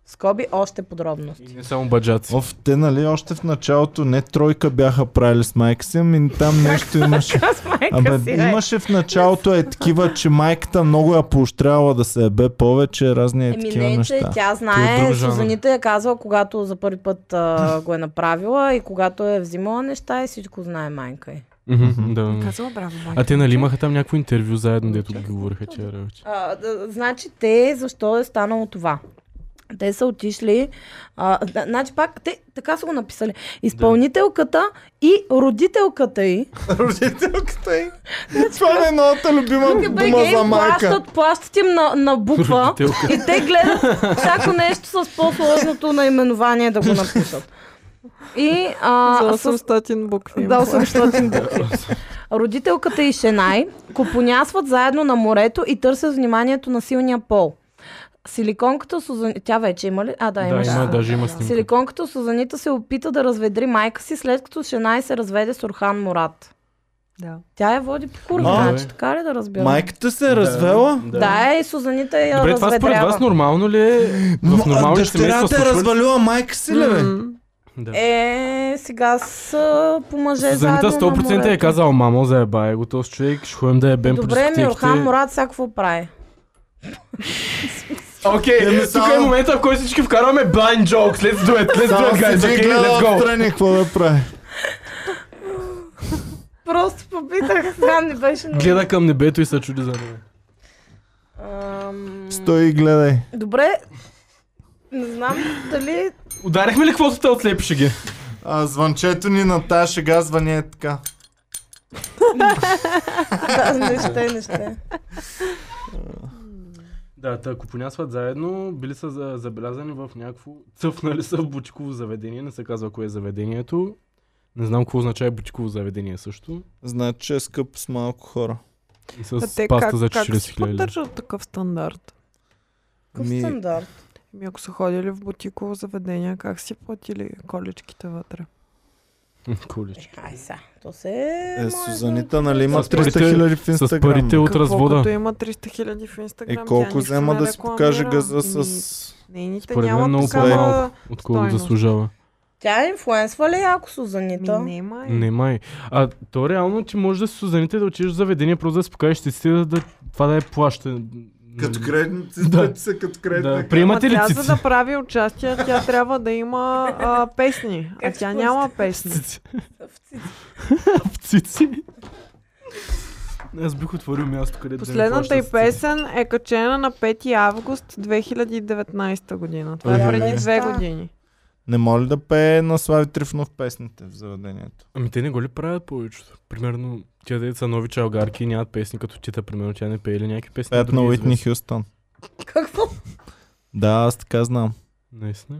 Скоби още подробности. И не само баджаци. Оф, те нали още в началото не тройка бяха правили с майка си, ами там нещо имаше. Аз майка Абе, си, е. бе. имаше в началото е такива, че майката много я поощряла да се ебе повече, разни е Еми такива не, че неща. тя Той е знае, друг жанр. Сузанита я казва, когато за първи път а, го е направила и когато е взимала неща и всичко знае майка й. Мгм, Да. Казва браво, майка. А те нали имаха там някакво интервю заедно, дето ги говориха, че е работи. А, да, значи те, защо е станало това? Те са отишли, а, да, значи пак, те така са го написали. Изпълнителката и родителката й. Значи Родителката й. Това ми е новата любима КБГ дума за им майка. плащат, плащат им на, на буква Родителка. и те гледат всяко нещо с по-сложното наименование да го напишат. И а, За с 800 букви. Да, 800 букви. Родителката и Шенай купонясват заедно на морето и търсят вниманието на силния пол. Силиконката Сузан... Тя вече има ли? А, да, да, има, да. даже има снимка. Силиконката Сузанита се опита да разведри майка си, след като жена й се разведе с Орхан Мурат. Да. Тя я води по А. курва, значи така ли да разбирам? Майката се е развела? Да, е, Сузанита я Добре, това според разведрява. вас нормално ли е? В нормални семейства Дъщерята е случва ли? развалила майка си ли бе? М, Да. Е, сега с по мъже Занита заедно на 100% е морето. казал, мамо, заебай го този човек, ще ходим да ебем Е, по Добре, ми Орхан дискотеките. Мурат сега какво прави? Еми, Окей, тук само- е момента, в който всички вкарваме blind jokes. Let's do it, let's do Само it, guys. седи и Okay, гледа let's go. отстрани какво да прави. Просто попитах, сега не беше много. Гледа към небето и се чуди за него. Ам, Стой и гледай. Добре, не знам дали... Ударихме ли каквото те отлепише ги? А, звънчето ни на тази шега звъни е така. Да, не ще, не ще. Да, та купонясват заедно, били са за- забелязани в някакво... Цъфнали са в бутиково заведение, не се казва кое е заведението. Не знам какво означава бутиково заведение също. Значи че е скъп с малко хора. И А с те паста как, за как 40 си хиляди. поддържат такъв стандарт? Какъв Ми- стандарт? Ами ако са ходили в бутиково заведение, как си платили количките вътре? Колич. Е, Ай сега, то се... Е, е, мое Сузанита, нали има С парите- 300 хиляди в С Инстаграм? парите от Какво, развода. Като има 300 хиляди в Е, Инстаграм, колко тя нищо взема не Ами- да си покаже рекламира. газа Ми, с... Нейните Според мен е нямат много такава... по-малко. Отколкото стойност. заслужава. Тя е инфлуенсва ли ако Сузанита? Ми, не, май. Не май. А то реално ти можеш да се сузаните да отидеш в заведение, просто да си покажеш ти си да, да това да е плаща. Като Нали? кредитници, Да. са като Да, кредитна Ама приемате ли тя, цици? за да прави участие, тя трябва да има а, песни. А Как тя ще няма песни. Цици. В цици. В цици. Аз бих отворил място, където Последната да ми й плащат с цици. песен е качена на 5 август 2019 година. Това Ой, е преди бе. две Да. години. Не моля да пее на Слави Трифнов песните в заведението. Ами те не го ли правят повечето? Примерно, тя деца нови чалгарки и нямат песни като тита, примерно тя не пее или някакви песни. Пеят на други Уитни известни. Хюстън. Какво? Да, аз така знам. Наистина.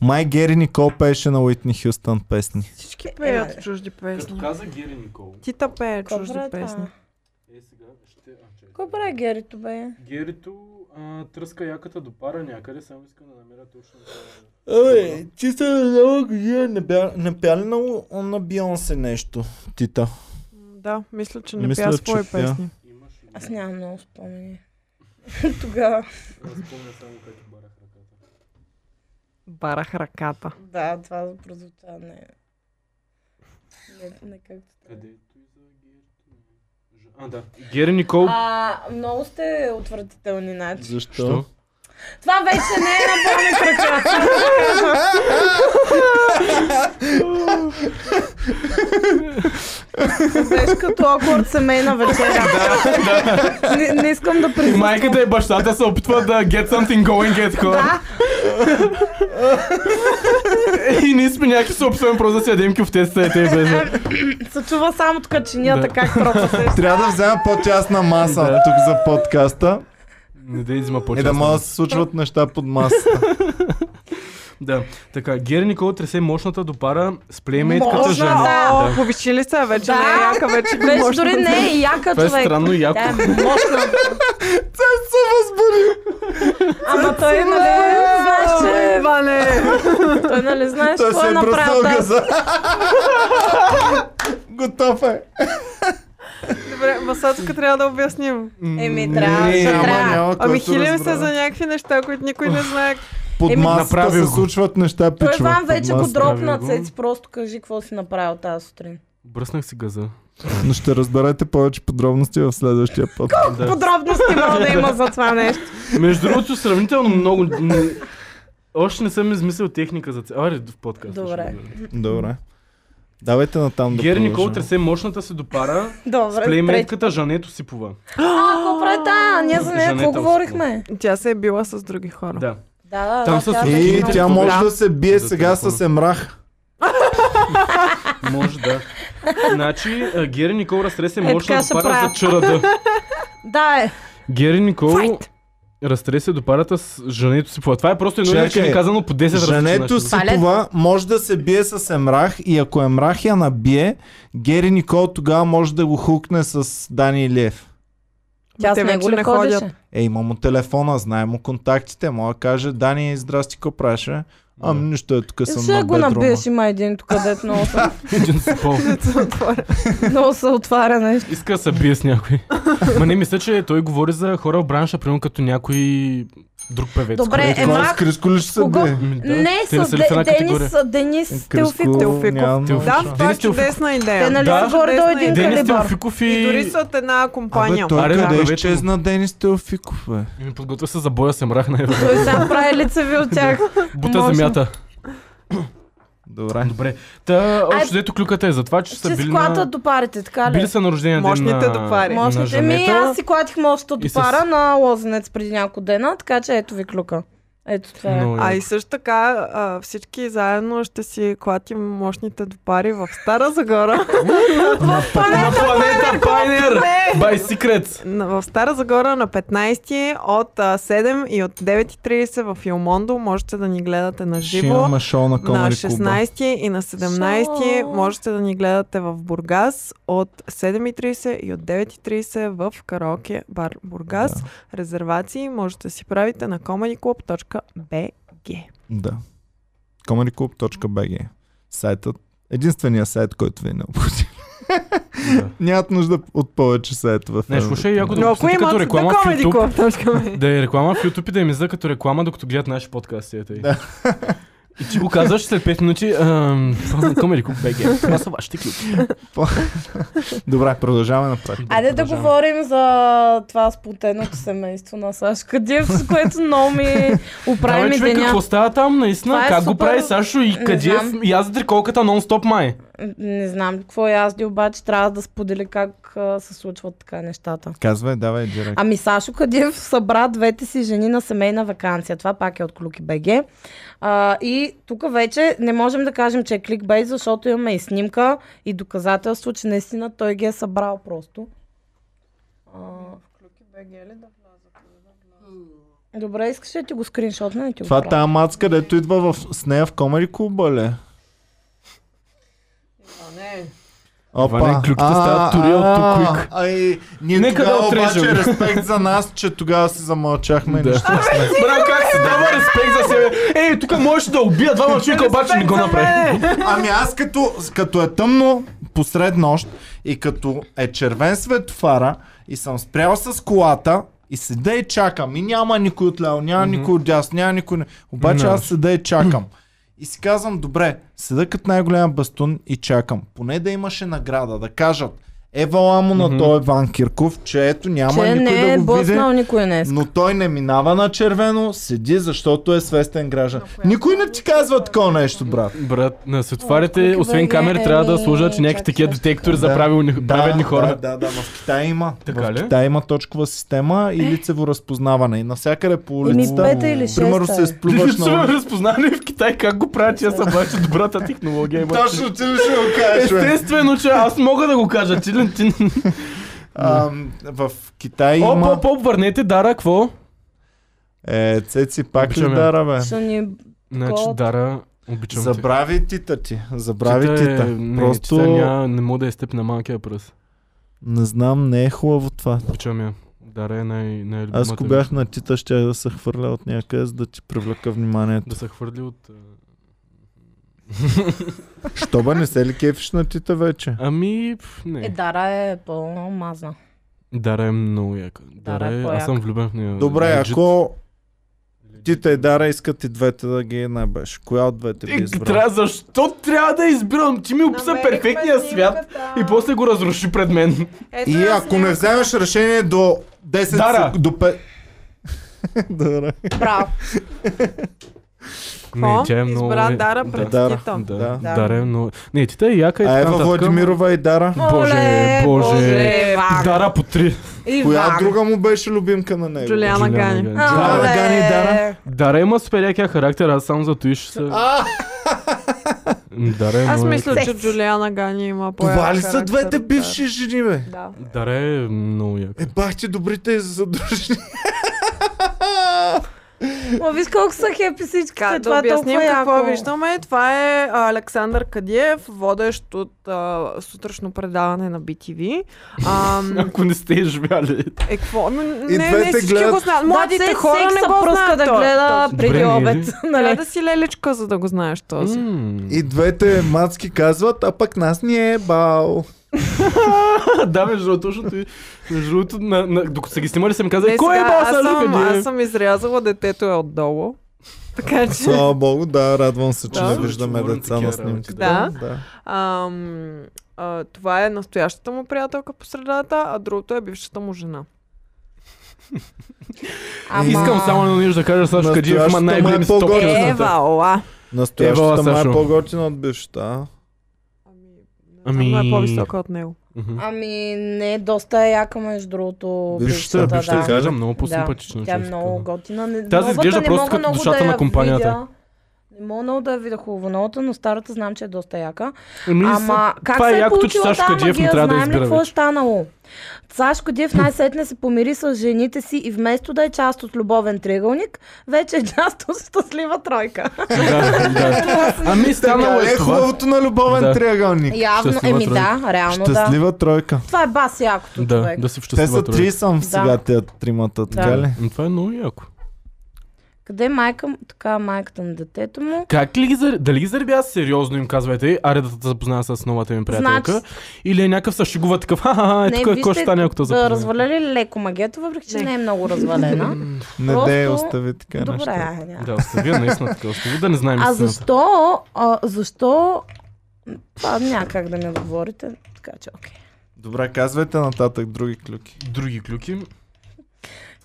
Май Гери Никол пееше на Уитни Хюстън песни. Всички Пеят чужди песни. каза Гери Никол, Тита пее Кой чужди прави песни. това? е сега ще... Кой прави Герито, бе? Герито тръска яката до пара някъде, само искам да намеря точно... Ей, ти се нова година не, бя, не пя ли на, на Бионсе нещо, Тита? М, Да, мисля, че не Мисля, че пя свои пя. песни. Имаш ли? Аз нямам много спомени. Тогава. Разпомня само как барах ръката. Барах ръката. Да, това прозвуча не. е. Не, не както. Където и за Герито. А, да. Гери Никол. А, много сте отвратителни значи. начин. Защо? Това вече не е на болни кръча. Беше като awkward семейна вечеря. не, не искам да И призна. майката и бащата се опитват да get something going, get хора. Да, и ние сме някакви се опитваме просто да си ядем кюфтецата и те и без. се чува само така чинията Да. как пробва се. Трябва да взема по-тясна маса Да. тук за подкаста Не да изима и по да могат да се случват неща под масата. Да. Така, Гери Никол тресе мощната допара с плеймейтката Мощна, жена. да. О, повишили се вече, Да. не е яка, вече не Беше може дори да не е яка Това е човек. странно и яко. е Тя е мощна. Се възбуди! Ама той нали е знаеш, че... Иване! Той нали знаеш, Той какво се е е бръснал направил тази газа. Готов е. Добре, Масацка трябва да обясним. Еми, трябва, Не, ще ама трябва. Ами който хилим се разбра. за някакви неща, които никой не знае. Под Еми, масата направил се го. случват неща, Той пичува. Иван вече го дропна, го. Цеци, просто кажи какво си направил тази сутрин. Бръснах си газа. Но ще разберете повече подробности в следващия път. Да. Подробности мога да има за това нещо. Между другото, сравнително много... н- Още не съм измислил техника за... ц- Аре, в подкаста. ще Добре. го Добре. Давайте натам да Гери Никол продължим. тресе мощната си допара с Добре, трети. плеймейтката Жането Сипова. А, какво прави тая? Ние за нея какво Жанета говорихме? Тя се е била с други хора. Да. Да, да, Там да, са тя всички. И беше тя Да. може да се бие За сега телефона. с емрах. Може да. Значи, а, Гери Никол разтресе така мощна се допара правят. за чарада. Да, е. Гери Никол разтресе допарата с Жането Сипова. Това е просто едно Чакай. рече казано по 10 различни Женето начина. си Палет. това може да се бие с емрах и ако емрах я набие, Гери Никол тогава може да го хукне с Дани Лев. Тя с Те него вече ли не ходеше? ходят. Е, има му телефона, знае му контактите. Мога да каже, Дани, здрасти, какво правиш, бе? Ами Да. нищо е тук съм Ще на го бедрума. набиеш, има един тук, дето много, са- Един с пол. много се отваря нещо. Иска да се бие с някой. Ма не мисля, че той говори за хора в бранша, примерно като някой друг певец. Добре, който- Е, Е, кой мах, с Криско ли ще се кого? бие? Ами да, не, те не с са ли в една Де- категория? Денис, Денис Теофиков. Криско, Теофиков. няма много Теофиков. Да, шанс. това е Денис Тилов. чудесна Те идея. нали Да. са горе до Чудесна един идея. Е, Денис калибар? Теофиков И и... дори са от една Абе, компания. той Аре, къде добре, изчезна Денис Теофиков, бе? Ми подготвя се за боя с мрах най Той сега прави лицеви от тях. Бута Мощно. земята. Добре. Добре. Та, Ай, общо взето клюката е за това, че Че са били склатат на... до парите, така ли? Били са на рождения ден Мощните на... дупари. на Мощните ми, Жанета. аз си клатих мост от И с- пара на Лозенец преди няколко дена, така че ето ви клюка. Ето това е. Но- А и също така а, всички заедно ще си клатим мощните допари в Стара Загора. е На планета Пайнер! Не! By Secret! На- в Стара Загора на 15 от а, 7 и от 9.30 в Илмондо можете да ни гледате на Ще живо. имаме шоу на На Комари Куба. 16 и на 17 Шо? можете да ни гледате в Бургас от 7.30 и от 9.30 в караоке бар Бургас. Резервации можете да си правите на comedyclub.bg. Да. comedyclub.bg Сайтът. Единствения сайт, който ви е необходим. Да. Нямат нужда от повече сайтове. в Не, слушай, Европа. яко да Но го ако пуснете като имате реклама в YouTube, comedyclub.bg да е реклама в YouTube и да им изда като реклама, докато гледат наши подкасти. Ето. Да. И ти го казваш след 5 минути, ам, това е Comedy Club BG. Това са вашите клипи. Добре, продължаваме напред. Айде да продължаваме. говорим за това спонтанното семейство на Сашо Кадиев, с което много ми Давай, оправи ми човек, деня. какво става там, наистина? Това е как го супер. прави Сашо и Не къде? е? знам. И аз за триколката нон-стоп май. Не знам какво язди, обаче трябва да споделя как а, се случват така нещата. Казвай, давай директ. Ами Сашо Кадиев събра двете си жени на семейна вакансия. Това пак е от Клуки БГ. А, и тук вече не можем да кажем, че е кликбейт, защото имаме и снимка, и доказателство, че наистина той ги е събрал просто. А... Добре, искаш ли да ти го скриншотна и ти го Това е правя? тая мацка, дето идва в, с нея в Комари Куба, ле? Опа. Иване, клюките А, стават тури от а, тук. Ай, ние Нека тогава да отрежем. обаче респект за нас, че тогава си замълчахме. и Да. нищо. Браво, как се дава респект за себе. Ей, тук можеш да убия двама човека, обаче не го направи. Ами аз като, като е тъмно посред нощ и като е червен светофара и съм спрял с колата и седя и чакам. И няма никой от ляво, няма никой от дясно, няма никой... не- Обаче Не, аз аз- седя и чакам. И си казвам, добре, седа като най-голям бастун и чакам. Поне да имаше награда, да кажат Ева ламо на Мгм. той е Иван Кирков, че ето няма че никой не е да го види. боснал никой е днес. Но той не минава на червено, седи, защото е свестен граждан. Никой не ти казва такова нещо, брат. Брат, на светофарите, Тук освен бъде, камери, трябва да еми, сложат и някакви чак такива ще- детектори за Да. правилни, праведни хора. Да, да, да, в Китай има. Така в ли? Китай има точкова система и лицево разпознаване. И навсякъде по Еми улицата. Е. Ами пета или шеста. Примерно е. се сплюваш на Липсва разпознание в Китай, как го правят, че аз съм обаче добрата технология. има. Точно ти ли ще го кажеш, бе? Естествено, че аз мога да го кажа. Ти, ли- ти... А, В Китай Оп, има... оп, оп, върнете, Дара, какво? Е, цеци пак ли Обичам я. дара, бе? Ще ни Значи, Кот. Дара, обичам те. Забрави тита ти. Забрави Тита е- тита. не, Просто Тита няма, не мога да я степи на малкия пръст. не знам, не е хубаво това. Обичам я. Дара е най, най Аз ако бях на тита, ще да се хвърля от някъде, за да ти привлека вниманието. Да се хвърли от... а, Що бе, не се ли кефиш на тита вече? Ами, пф, не. е дара е пълно мазна. Дара е много яка. Дара е е... по-яка. Аз съм влюбен в нея. Добре, Legit. ако Тита и Дара искат и двете да ги набеш. Коя от двете би Е, избрал? трябва, защо трябва да избирам? Ти ми описа перфектния е свят и после го разруши пред мен. И ако е не вземеш решение до 10 Дара! сек- до 5... Дара. Браво. Какво? Избра е- Дара пред да. Дара. Тита. Да, Да. Дара е много... Не, Тита е яка и А така Ева нататък. Владимирова и Дара? Боже, Оле, боже. Иван. Дара по три. Иван. Коя друга му беше любимка на него? Джулиана Гани. А, Дара Гани и бе. Дара. Дара има супер якия характер, аз само за това ще се... Дара е Аз много мисля, яка. че Джулиана Гани има по Това ли са е? двете бивши жени, бе? Да. Дара е много яка. Е, бах ти добрите и задружни. Ма виж колко са хепи всички. Така, е след да това обясним толкова какво яко. виждаме. Това е а, Александър Кадиев, водещ от а, сутрешно предаване на BTV. А, Ами, Ако не сте живяли. е, какво? Ами, И Не, не, двете всички гледат. го знаят. Да, Младите се- хора секса не го пръска знаят. Ами, да този- гледа този. преди Добре, не обед. ли? нали? Трябва да си леличка, за да го знаеш този. И двете мацки казват, а пък нас ни е бал. Да, между другото, защото и- между другото, на- на- докато са ги снимали, съм казал, Не, кой е сега, бал аз съм, аз са съм изрязала, детето е отдолу. Така че... Слава богу, да, радвам се, че Да. не виждаме Чувам деца на такива снимките. работи, да. Ам, а, това е настоящата му приятелка по средата, а другото е бившата му жена. Ама... Искам само едно нещо да кажа, Сашо Кадиев Настоящата има му е най-големи стопки. по-горе. на света. Ева, ола. Настоящата Евала, ма е Сашо. по-готина от бившата. а? Ами- Ама е по-висока от него. Мгм. Ами не, доста е яка между другото. Вижте, Вижте, да, вижте, да. изглежда много да. по-симпатична. Тя е човешка. много готина. Не, Тази новата изглежда не просто мога като много душата да на я компанията. видя. Не мога много да я видя хубаво новата, но старата знам, че е доста яка. Ами, Ама са- как това се е якото, че получила Сашо тази Кадиев не магия? трябва да Знаем ли избира какво е вече. станало? Сашко Диев най-сетне се помири с жените си и вместо да е част от любовен триъгълник, вече е част от щастлива тройка. Да, да. Ами станало Така е е това. хубавото на любовен Да. триъгълник. Явно, Щастлива еми тройка. да, реално да. Щастлива тройка. Това е бас якото Да, човек. да си в Те щастлива са тройка. три съм сега тия тримата, така Да. ли? М, Това е много яко. Къде е майка, му- така е майката на детето му? Как ли ги зар... Дали ги заребя сериозно им казвате, «Ей, аре да те запозная с новата ми приятелка? Значи- Или е някакъв същигува такъв, ха-ха, е, тук е кой ще стане, ако те да запозная. разваляли ли леко магията, въпреки че не, Не. е много развалена. Не Просто- дей, остави така Добре, неща. ай, няма. е Да, остави, я наистина така, остави да не знаем А истината. защо? А, защо? Това няма как да ми отговорите. Така че, окей. Добре, казвайте нататък други клюки. Други клюки.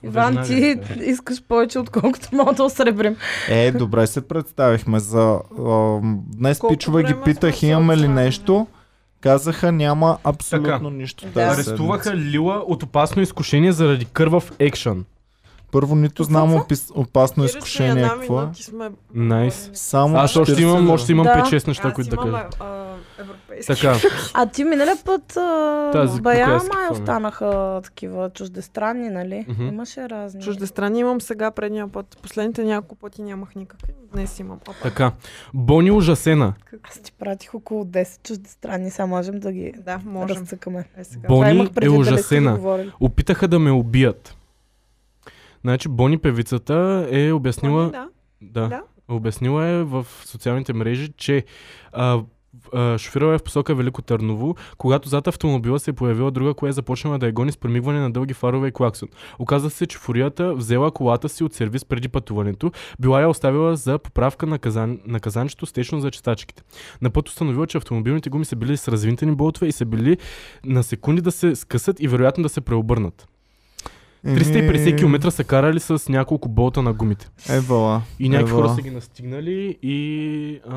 Иван, ти Веднага. искаш повече, отколкото мога да осребрим. Е, добре се представихме за... а, днес Колко пичове ги време питах сме се имаме ли отсрани, нещо. Казаха няма абсолютно Така. нищо Да. тази седмица. Арестуваха Лила от опасно изкушение заради кървав екшън. Първо нито знам Какво? опис- опасно изкушение какво е. Сме... Найс. Само Аз още 40 имам, още имам Да. 5-6 неща, които да кажа. европейски. Така, А ти миналия път а, Тази бая китайски май форма. останаха такива чуждестранни, нали? Мгм. Имаше разни. Чуждестранни имам сега предния път. Последните няколко пъти нямах никакви. Днес имам. Опа. така. Бони ужасена. Аз ти пратих около 10 чуждестранни, сега можем да ги Да, можем. разцъкаме. Е, сега. Бони Това имах е предвид, дали сте ужасена. го говорили. Опитаха да ме убият. Значи Бони певицата е обяснила... Ами Да, Да. да. Обяснила е в социалните мрежи, че а, а, шофирала е в посока Велико Търново, когато зад автомобила се е появила друга, която е започнала да я гони с премигване на дълги фарове и клаксон. Оказа се, че фурията взела колата си от сервис преди пътуването, била я оставила за поправка на, казан... на казанчето с течно за читачките. На път установила, че автомобилните гуми са били с развинтени болтове и са били на секунди да се скъсат и вероятно да се преобърнат. 350 км са карали с няколко болта на гумите. Евала. И някакви хора евала. са ги настигнали и... А,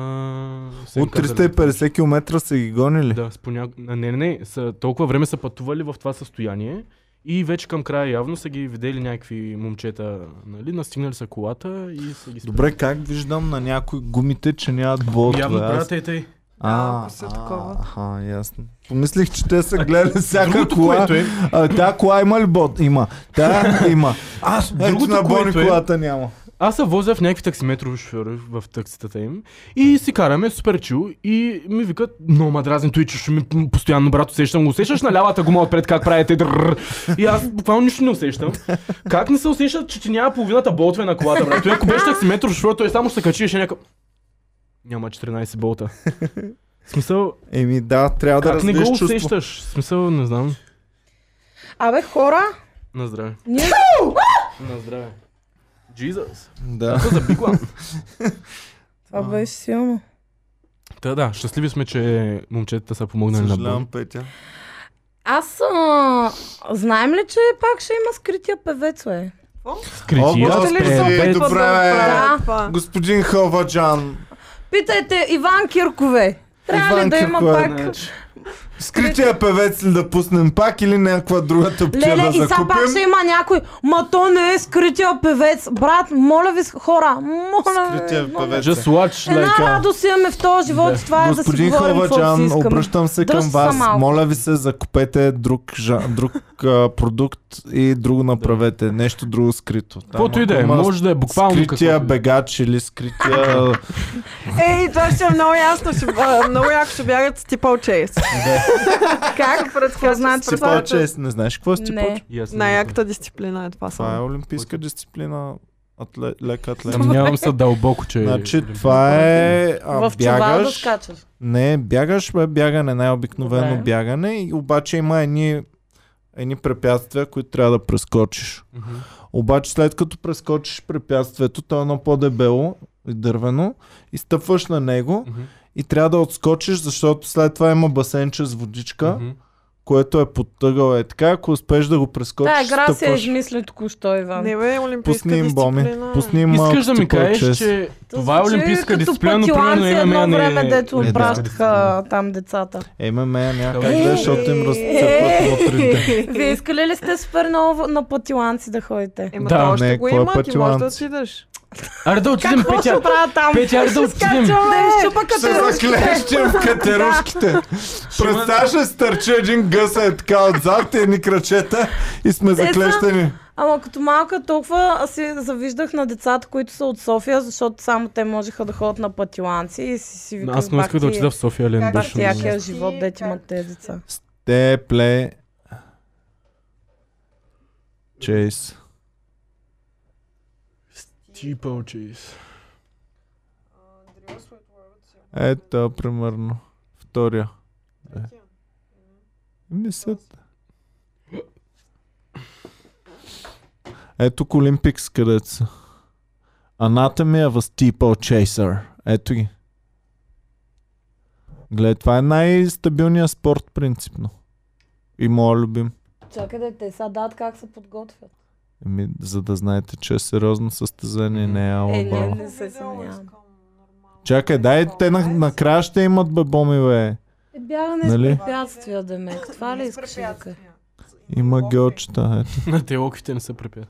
са им От казали- 350 км са ги гонили. Да, с поня... Не, не, не. Са, толкова време са пътували в това състояние и вече към края явно са ги видели някакви момчета, нали, настигнали са колата и са ги спрели. Добре, как виждам на някои гумите, че нямат болтове. Явно Аз- правят е тъй. Да, ако са такова. Аха, ясно. Помислих, че те са гледали всяка Другото, кола. което е, А, тя кола има ли бот? Има. Тя има. Аз, другото, другото на Бони което е- колата няма. аз се возя в някакви таксиметрови шофьори в такситата им и си караме супер чил и ми викат, но ма дразни той, че ще ми м, постоянно брат усещам го. Усещаш на лявата гума отпред как правите? Дрррр. И аз буквално нищо не усещам. Как не се усеща, че ти няма половината болтове на колата, брат? Той ако беше таксиметров шофьор, той само ще се качи и ще е някакъв... Няма 14 болта. В смисъл, Еми да, трябва да как не развиеш го чувство. усещаш? В смисъл, не знам. Абе, хора, На здраве. ние На здраве. Jesus. Да. За big one. Това беше силно. Та да, щастливи сме, че момчетата са помогнали на Бог. Съжалявам, Петя. Аз а, знаем ли, че пак ще има скрития певец, бе? О, Скрити. Господи, Е, добре, Да. бе. Господин Халваджан. Питайте Иван Киркове. Трябва Иван ли да има Киркова е пак начин. Скрития певец ли да пуснем пак или някаква друга тъпчия да Леле, и сега пак ще закупим? има някой. Ма то не е скрития певец. Брат, моля ви, хора, моля ви. Скрития моля ви. певец. Just watch, Една like... а, радост имаме в този живот, Да. това е да си Господин говорим какво си Халваджан, искаме. обръщам се към Дръжте се вас. малко. Моля ви се, закупете друг, жа, друг а, продукт и друго направете. Нещо друго скрито. Там, Каквото и да е, ако има може да е буквално Скрития каквото и да е. бегач или скрития... Ей, това ще е много ясно. Ще, а, много яко ще бягат с типъл чейс. Как? Какво значи Си това? по-чест, не знаеш какво си ти Не. И аз не знам. е Най-яката дисциплина е това Това е само. олимпийска дисциплина. Атле... Лека е. атлетика. Съмнявам се дълбоко, че... Значи това е а, В чувал да бягаш, скачаш. не бягаш, бе, бягане, най-обикновено Добре. бягане, и обаче има едни, едни препятствия, които трябва да прескочиш. Мгм. Обаче след като прескочиш препятствието, то е едно по-дебело и дървено, и стъпваш на него Мгм. и трябва да отскочиш, защото след това има басенче с водичка, Мгм. което е подтъгъл е така, ако успеш да го прескочиш, Та игра се стъпваш. измисли е току-що, Иван. Не бе, олимпийска Пусни им боми. дисциплина. е. Пусни им малко Искаш да ми типа кажеш, чест. че То това е звучи олимпийска като дисциплина, но примерно патиланци имаме едно не... време, дето не, да. пращаха там децата. Еме, ме, няма как Е, да, е, защото им е, разцепват мотрите. Вие искали ли сте супер много на пътиланци да ходите? Ема Да, да, не, още го кой е има, ти можеш да пътиланци? отидеш. Аре да отидем, Какво ще Петя. правя там? Петя, аре да отидем. Да им щупа Ще катерушките. заклещим в катерушките. Представяш ли, стърчи един гъс е така отзад и ни крачета и сме Те са- заклещени. Ама като малка толкова си завиждах на децата, които са от София, защото само те можеха да ходят на пътиланци и си, си викам, Аз не исках да отида в София, Лен. Как Баш беше ти много. якия живот, дете имат тези деца. Тепле. Чейс. Типъл чейс. Ето, примерно. Втория. Е. Мислят. Ето тук Олимпикс, където са. Anatomy of a Steeplechase. Ето ги. Гледай, това е най-стабилният спорт принципно. И моя любим. Чакай да те сега дадат как се подготвят. Еми, Ами, за да знаете, че е сериозно състезание, не е Е, не, алабал. не се съмнявам. Чакай, дай, те на- накрая ще имат бе боми, бе. Е, бягане Нали? с препятствия, Демек. Това ли искаш да кажеш? Има е. геочета. Ето. На те локите не се препят.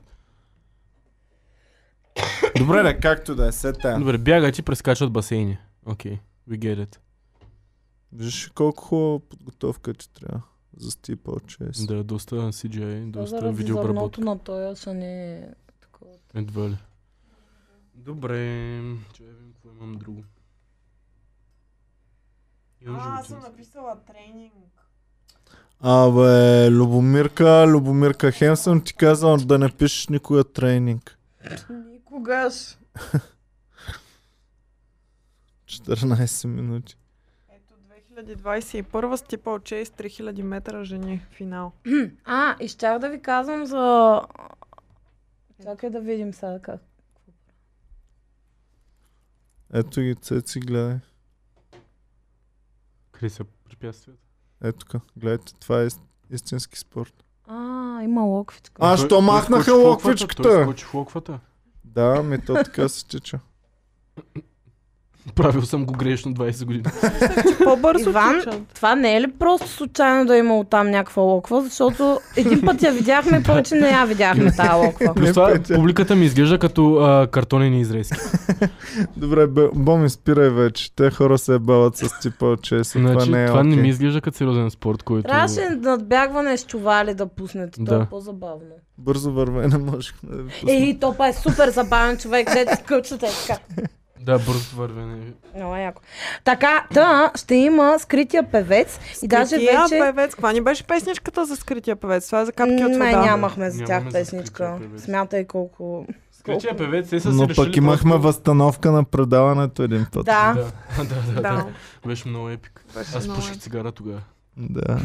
Добре, да, както да е, се тая. Добре, бягат и прескачат басейни. Окей, we get it. Виж колко хубава подготовка ти трябва за стипа от 6. Да, доста CGI, Това доста заради зърното видеообработка. на този са ни... е такова. Едва ли. Добре, че я видим какво имам друго. Имам животински. написала тренинг. Абе, Любомирка, Любомирка, хем съм ти казал да не пишеш никога тренинг. Никогаш. 14 минути. Ето 2021 с типъл чейс 3000 метра жени. Финал. А, и щях да ви казвам за... Чакай да видим сега как. Ето ги, цеци, гледай. Къде са препятствията? Ето тук, гледайте, това е ист- истински спорт. А, има локвичка. А, Той- що той махнаха скочи в локвата, локвичката? Той скочи в локвата. Да, ми то така се тича. Правил съм го грешно 20 години. По-бързо Иван, тичат. това не е ли просто случайно да е имало там някаква локва? Защото един път я видяхме, повече не я видяхме тая локва. Плюс това Петя. публиката ми изглежда като а, картонени изрезки. Добре, бе, Боми, спирай вече. Те хора се ебават с типа от 6. Значи, това не е това не окей. ми изглежда като сериозен спорт, който... Трябваше надбягване с чували да пуснете. То е Да. по-забавно. Бързо вървене можехме да ви пуснем. Ей, то па е супер забавен човек, дете с ключата е така. Да, бързо вървене. Много е яко. Така, та ще има скрития певец и даже Скрития вече... певец. Каква ни беше песничката за скрития певец? Това е за капки от М, Май вода. нямахме за тях Нямаме за песничка. скрития певец. Смятай колко... Скрития певец, те са се Но решили пък имахме просто- възстановка на предаването един път. Да. Да, да, да, да. Да, Беше много епик. беше Аз много. пуших цигара тогава. Да.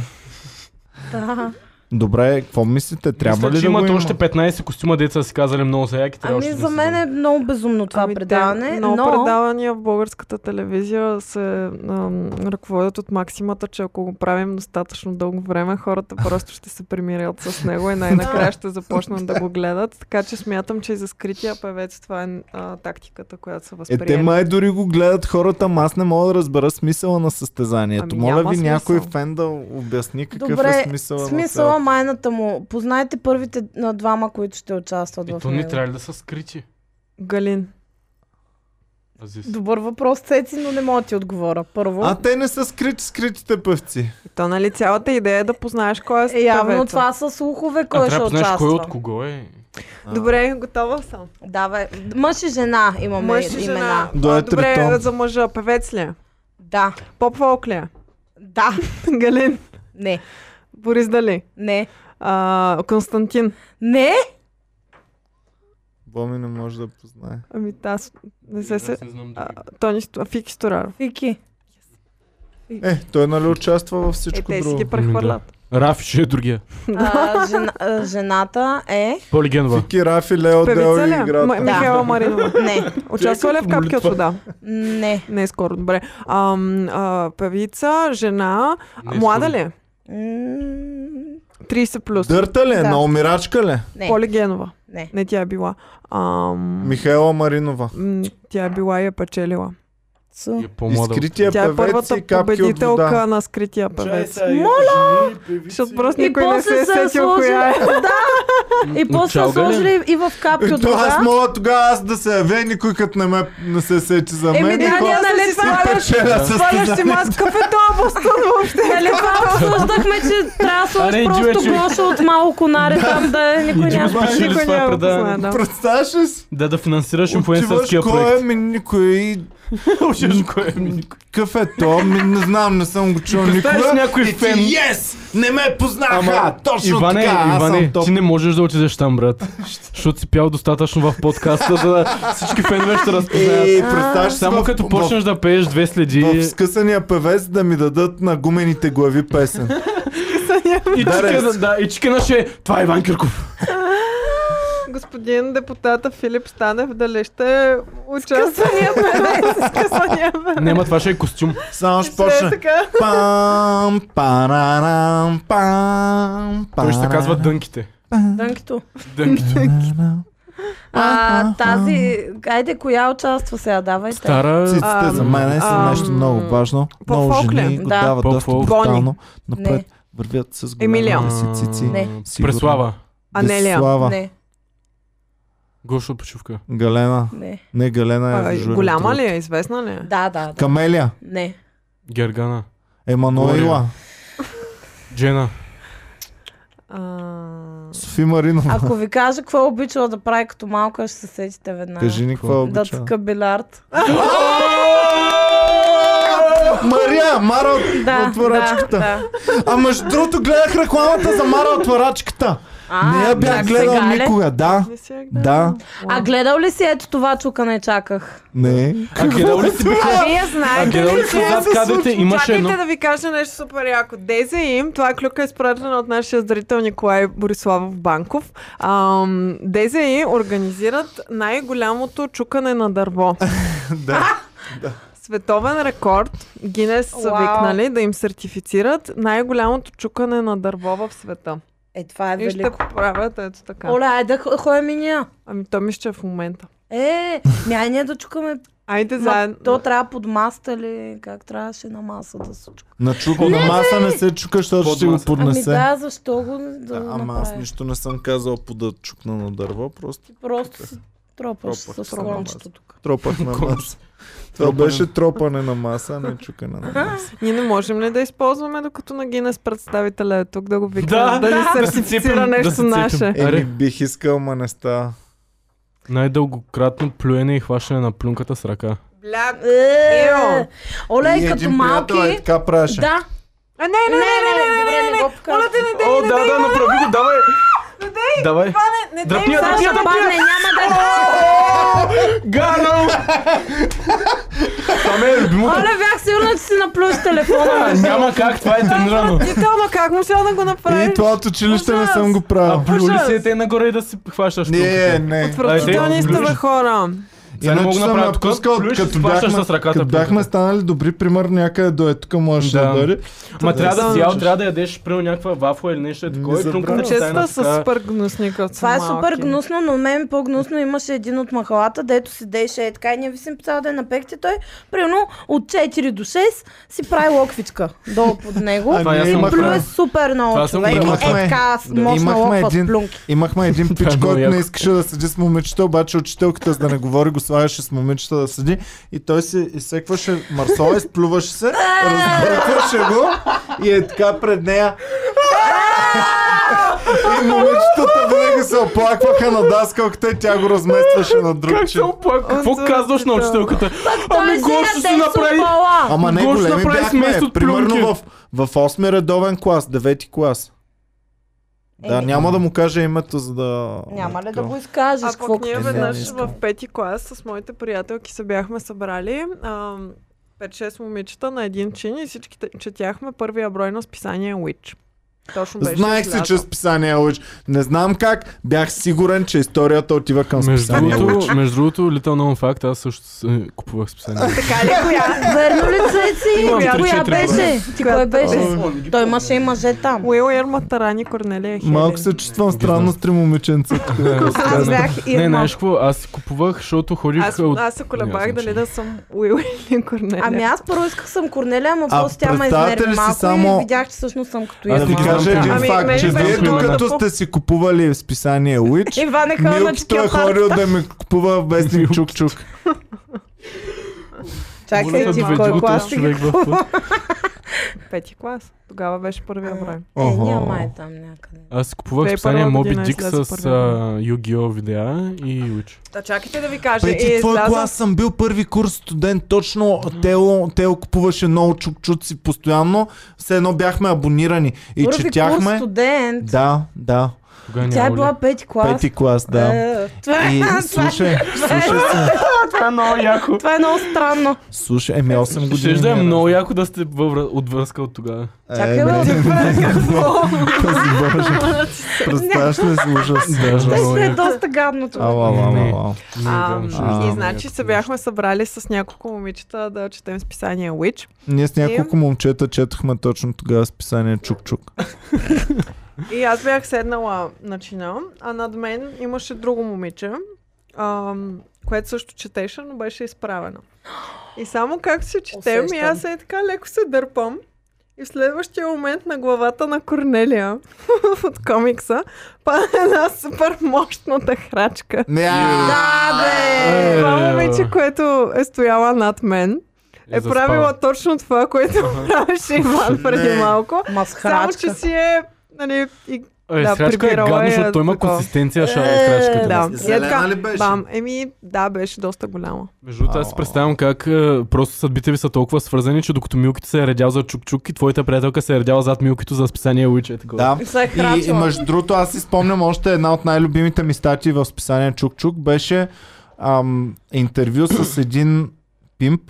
Да. Добре, какво мислите? Трябва Мисля, ли че да го имат има? още 15 костюма, деца си казали много са яки. трябва Ами още да за се мен е вземат. много безумно това Ами, те предаване, Много но... предавания в българската телевизия се ам, ръководят от максимата, че ако го правим достатъчно дълго време, хората просто ще се примирят с него и най-накрая ще започнат да го гледат. Така че смятам, че и за скрития певец това е а, тактиката, която са Е, те възприели. май дори го гледат хората, ама аз не мога да разбера смисъла на състезанието. Ами, Моля няма ви смисъл. някой фен да обясни какъв Добре, е смисъла, смисъла на майната му. Познайте първите на двама, които ще участват И в Е, то него. не трябва ли да са скрити? Галин. Азис. Добър въпрос, Цеци, но не мога да ти отговоря. Първо, цялото. А те не са скрити, скритите певци. И то нали цялата идея е да познаеш кой е е, явно певеца. това са слухове, А кой е трябва ще да знаеш участва. кой от кого е. А. Добре, готова съм. Давай, мъж и жена имаме Мъж и имена. жена. До А, е Добре, тритон. за мъжа. Певец ли е? Да, Поп-фолк ли е? да, Галин. не, Борис Дали. не, А, Константин. не, Боми не може да познае. Ами аз не се се... Аз знам А, други. Тони Сто- Фики Стораро. Вики. Е, той нали участва във Е, всичко те си друго. ги прехвърлят. Рафи ще е другия. А, жена, а, жената е... Полигенва. Вики, Рафи, Лео, Дел Певица и ли? е? М- играта. Михайла Маринова. Не, Участва ли е в капки от вода? не, Не, скоро, добре. Ам, а, певица, жена, Не, млада скоро. ли е? м, 30 плюс. Дърта ли? е? Да. На умирачка ли? е? не, Полигенова. не. Не, тя е била. Ам, Михайла Маринова. м, тя е била и е печелила. Цу. И е И по-млада. скрития Тя е певец и първата капки от вода. победителка на скрития певец. Е, Моля! Защото просто И никой не се после е са я сетил коя е. сложили... Да, и после са я сложили и в капки от Ето Е, аз вода. мога тогава аз да се явя и никой като не, ме, не се сети за мен. Еми, да, никой- ние аз нали си това... спомням. Печеля Сваляш си състезание. маска в едно въобще. Нали това обсъждахме, че трябва да Аре, сложиш иди, бе, просто човек. Гошо от малко конаре там да е, никой Иди, бе, няма. човек. Ще ли Никой това няма го предаване? познае, да. Представяш ли си? Да, да финансираш Отиваш, инфуенсърския кой е проект. ми никой? Отиваш, кой е ми? Какъв е то? Ми, не знам, не съм го чул никога. Представяш някой И ти, фен. Yes! Не ме познаха! Точно Иване, така, аз Иване, съм топ. ти не можеш да отидеш там, брат. Защото си пял достатъчно в подкаста, за да всички фенове ще И разпознаят. представяш си Само Е, в- като в- почнеш да пееш две в следи скъсания певец да ми дадат на гумените глави песен. и чикена, да, и чикена ще е, това е Иван Кирков. Господин депутата Филип Станев, дали ще участва? Скъсания Нема, това ще е костюм. Само ще почне. Е, така. Пам, парарам, пам, Той ще се казва парарам, Дънките. Дънкито. Дънките. парарам. А, тази... Айде, коя участва сега? Давайте. Стара... Циците Ам, за мен са ам, нещо много важно. Много по-фолк ли? жени го Да. дават доста По-фолк. брутално. Не, Напред вървят с Емилия. големи си цици. Не. Сигурно. Преслава. Анелия. Десислава. не, Гошо от почивка. Галена. не. Не, Галена е А, в журито. Голяма ли е? Известна ли е? Да, да, да. Камелия. Не. Гергана. Емануила. Глория. Джена. А, Софи Маринова. Ако ви кажа какво е обичала да прави като малка, ще се сетите веднага. Кажи е ни какво да обича. цъка билярд. Мария, Мара от, Да, от варачката. Да, да. А между другото гледах рекламата за Мара от варачката. А, не я бях чак гледал сега ли? никога. Да, не си е я гледала. да, А гледал ли си ето това чукане чаках? Ами не. А гледал ли си А вие знаете А гледал ли си че зад се кадрите? случва? Имаше Чакайте едно. да ви кажа нещо супер яко. Дейзе им, това е клюка изпратена от нашия зрител Николай Бориславов Банков. Ам, Дейзе им организират най-голямото чукане на дърво. Да. Световен рекорд. Гинес са Уау. викнали да им сертифицират най-голямото чукане на дърво в света. Е, това е И ще велико. поправят ето така. Оле, айде да ходим и ние. Ами то ми ще е в момента. Е, Мя, ние да чукаме. айде Ма, заедно. То трябва под маста ли? Как трябваше на маса да се чука? На чука, на маса не се чука, защото Под ще го маса. Ами поднесе. да, защо го да, Да, ама направиш? аз нищо не съм казал по да чукна на дърво, просто Просто си тропаш Тропах с се на клончето маса. тук. тропах на маса. Това Тропане. беше тропане на маса, а не чукане на маса. Ние не можем ли да използваме, докато на Гинес представителя е тук, да го викнем, Да, да, да ни да, да се сертифицира цепим, да нещо се цепим. наше. Аре. Еми Е, бих искал, ма не става. Най-дългократно плюене и хващане на плюнката с ръка. Бляк. Е, Ео. Оле, И и като един приятел е малки... така праше. Да, А, не, не, не, не, не, не, не, не, не, го покажа. О, да, да, направи го, давай! Давай! не, не, Дръпни я, Сега дръпни ще я, дръпни падне, няма да... Гано! Това ми е любимото. Оле, бях сигурна, че си наплюш телефона. А, Няма как, това е тренирано. Детално, как му сега да го И направиш? това от училище не Ужас. съм го А правил. плюли Ужас. се те нагоре и да си хващаш Не, топката. не. Отвратителни Айде, сте бе отключи. хора. Сега не Иначе мога да съм направя тук. напускал, Плюеш и като си хващаш бяхме- с ръката. Като плюлката. бяхме станали добри, пример някъде до е тук можеше Да. да дори. Ма Да трябва да се си ял, научиш. трябва да ядеш примерно някаква вафла или нещо е такова. Не и плюнката забравя. ти стане Честа така. са супер гнусни, като са Това е малки. супер гнусно, но мен по-гнусно имаше един от махалата, дето седеше е така и ние висим по цял ден на пекти. Той, примерно, от 4 до 6 си прави локвичка долу под него. А, Това е Ами, ние аз и съм имахме- плюе супер много Ами, Това съм човек. го Е имахме. така, с мощна Имахме локва с един- плюнки. Имахме един е пич, много който не яко. искаше да седи с момичета, обаче учителката, за да не говори, го слагаше с момичета да седи и той се изсекваше марсола, изплюваше се, разбъркваше го и е така пред нея. И момичетата винаги се оплакваха на даскалката и тя го разместваше на друг Как се чин. оплака? Какво Отвратително. казваш на учителката? е Ами е Гошо си направи... Ама не Гош големи направи бяхме, смес от плюнки. примерно в, в 8 редовен клас, 9 клас. Да, Еми. няма да му кажа името, за да... Е, Няма ли да Така. го изкажеш? А Какво пък ние Не, не веднъж искам. в пети клас с моите приятелки се бяхме събрали. ам, 5-6 момичета на един чин и всички те- четяхме първия брой на списание Witch. Точно беше Знаех си, излязъл. че списание Лъч. Не знам как, бях сигурен, че историята отива към Между списание Лъч. другото, между другото, Little Known Fact, аз също с- е, купувах списание. Така ли Ами, коя? Верно ли цеци? Имам Коя, три, коя четири беше? Ти кой беше? Ой, Той имаше и мъже там. Уил Ерма Тарани Корнелия Хелен. Малко се чувствам странно с три момиченца. тук. Аз бях Не, Ирма. знаеш какво, аз си купувах, защото ходих е Аз, от... аз се колебах Няма дали значение. да съм Уил или Корнелия. Ами аз първо исках съм Корнелия, ама А после тя ме представяте ли изнерви си малко само- значи и видях, че всъщност съм като Да Ирма. Аз ви Ами, кажа един ами, факт, мен че ми вие беше много докато тъпо. сте си купували списание Уич, Иване Кълначки Милкито е от ходил да ми купува вестник Чук-Чук. Моля Чакай те, ти, доведи кой го клас си този ги човек в купува? Пети клас. Тогава беше първия брой. Е, Охо. няма е там някъде. Аз си купувах Две и списание първа Моби година Дик излезе с първия. а, Yu-Gi-Oh видеа и Witch. Та чакайте да ви кажа. е, Пети, твой клас съм бил първи курс студент, точно Тело, тело купуваше много чукчуци постоянно, все едно бяхме абонирани и Първи курс четяхме... студент. Да, да, Тогава Тя е няма била пети клас. пети клас, да. Е, Това е- И това е- слушай, слушай се. Това е много яко. това е много странно. Слушай, еми 8 години. Ще да е ми много яко да сте във връ- от връзка от тогава. Е, Чакай, бе, не, какво? пази Боже. Представяш ли си ужас? Да, Ами, Те много ще е яко. доста гадно това. Ала, ала, ала. Не. е Много Ам, гадно. А, И ама значи се бяхме събрали с няколко момичета да четем списание Witch. Ние с няколко момчета четахме точно тогава списание Чук-Чук. И аз бях седнала на чина, а над мен имаше друго момиче, ам, което също четеше, но беше изправено. И само как се четем, и аз е така леко се дърпам. И в следващия момент на главата на Корнелия от комикса пада една супер мощната храчка. Да, бе! Е, Това момиче, което е стояла над мен, е, заспала. правила точно това, което правеше Иван преди Не. малко. Само, че Масхарачка. си е нали, и Е, Да, да, срачка е прибирала гадно, я защото той има такова. консистенция, шара е Е, срачката. Да, и е Зелена така, ли беше? бам, еми, да, беше доста голяма. Между другото, аз си Ау. представям как е, просто съдбите ви са толкова свързани, че докато Милките се е редял за Чук-Чук и твоята приятелка се е редяла зад Милкито за списание Witch. Е, такова. Да. Се е И, и храчила. между другото, аз си спомням още една от най-любимите ми статии в списание Чук-Чук беше ам, интервю с един пимп,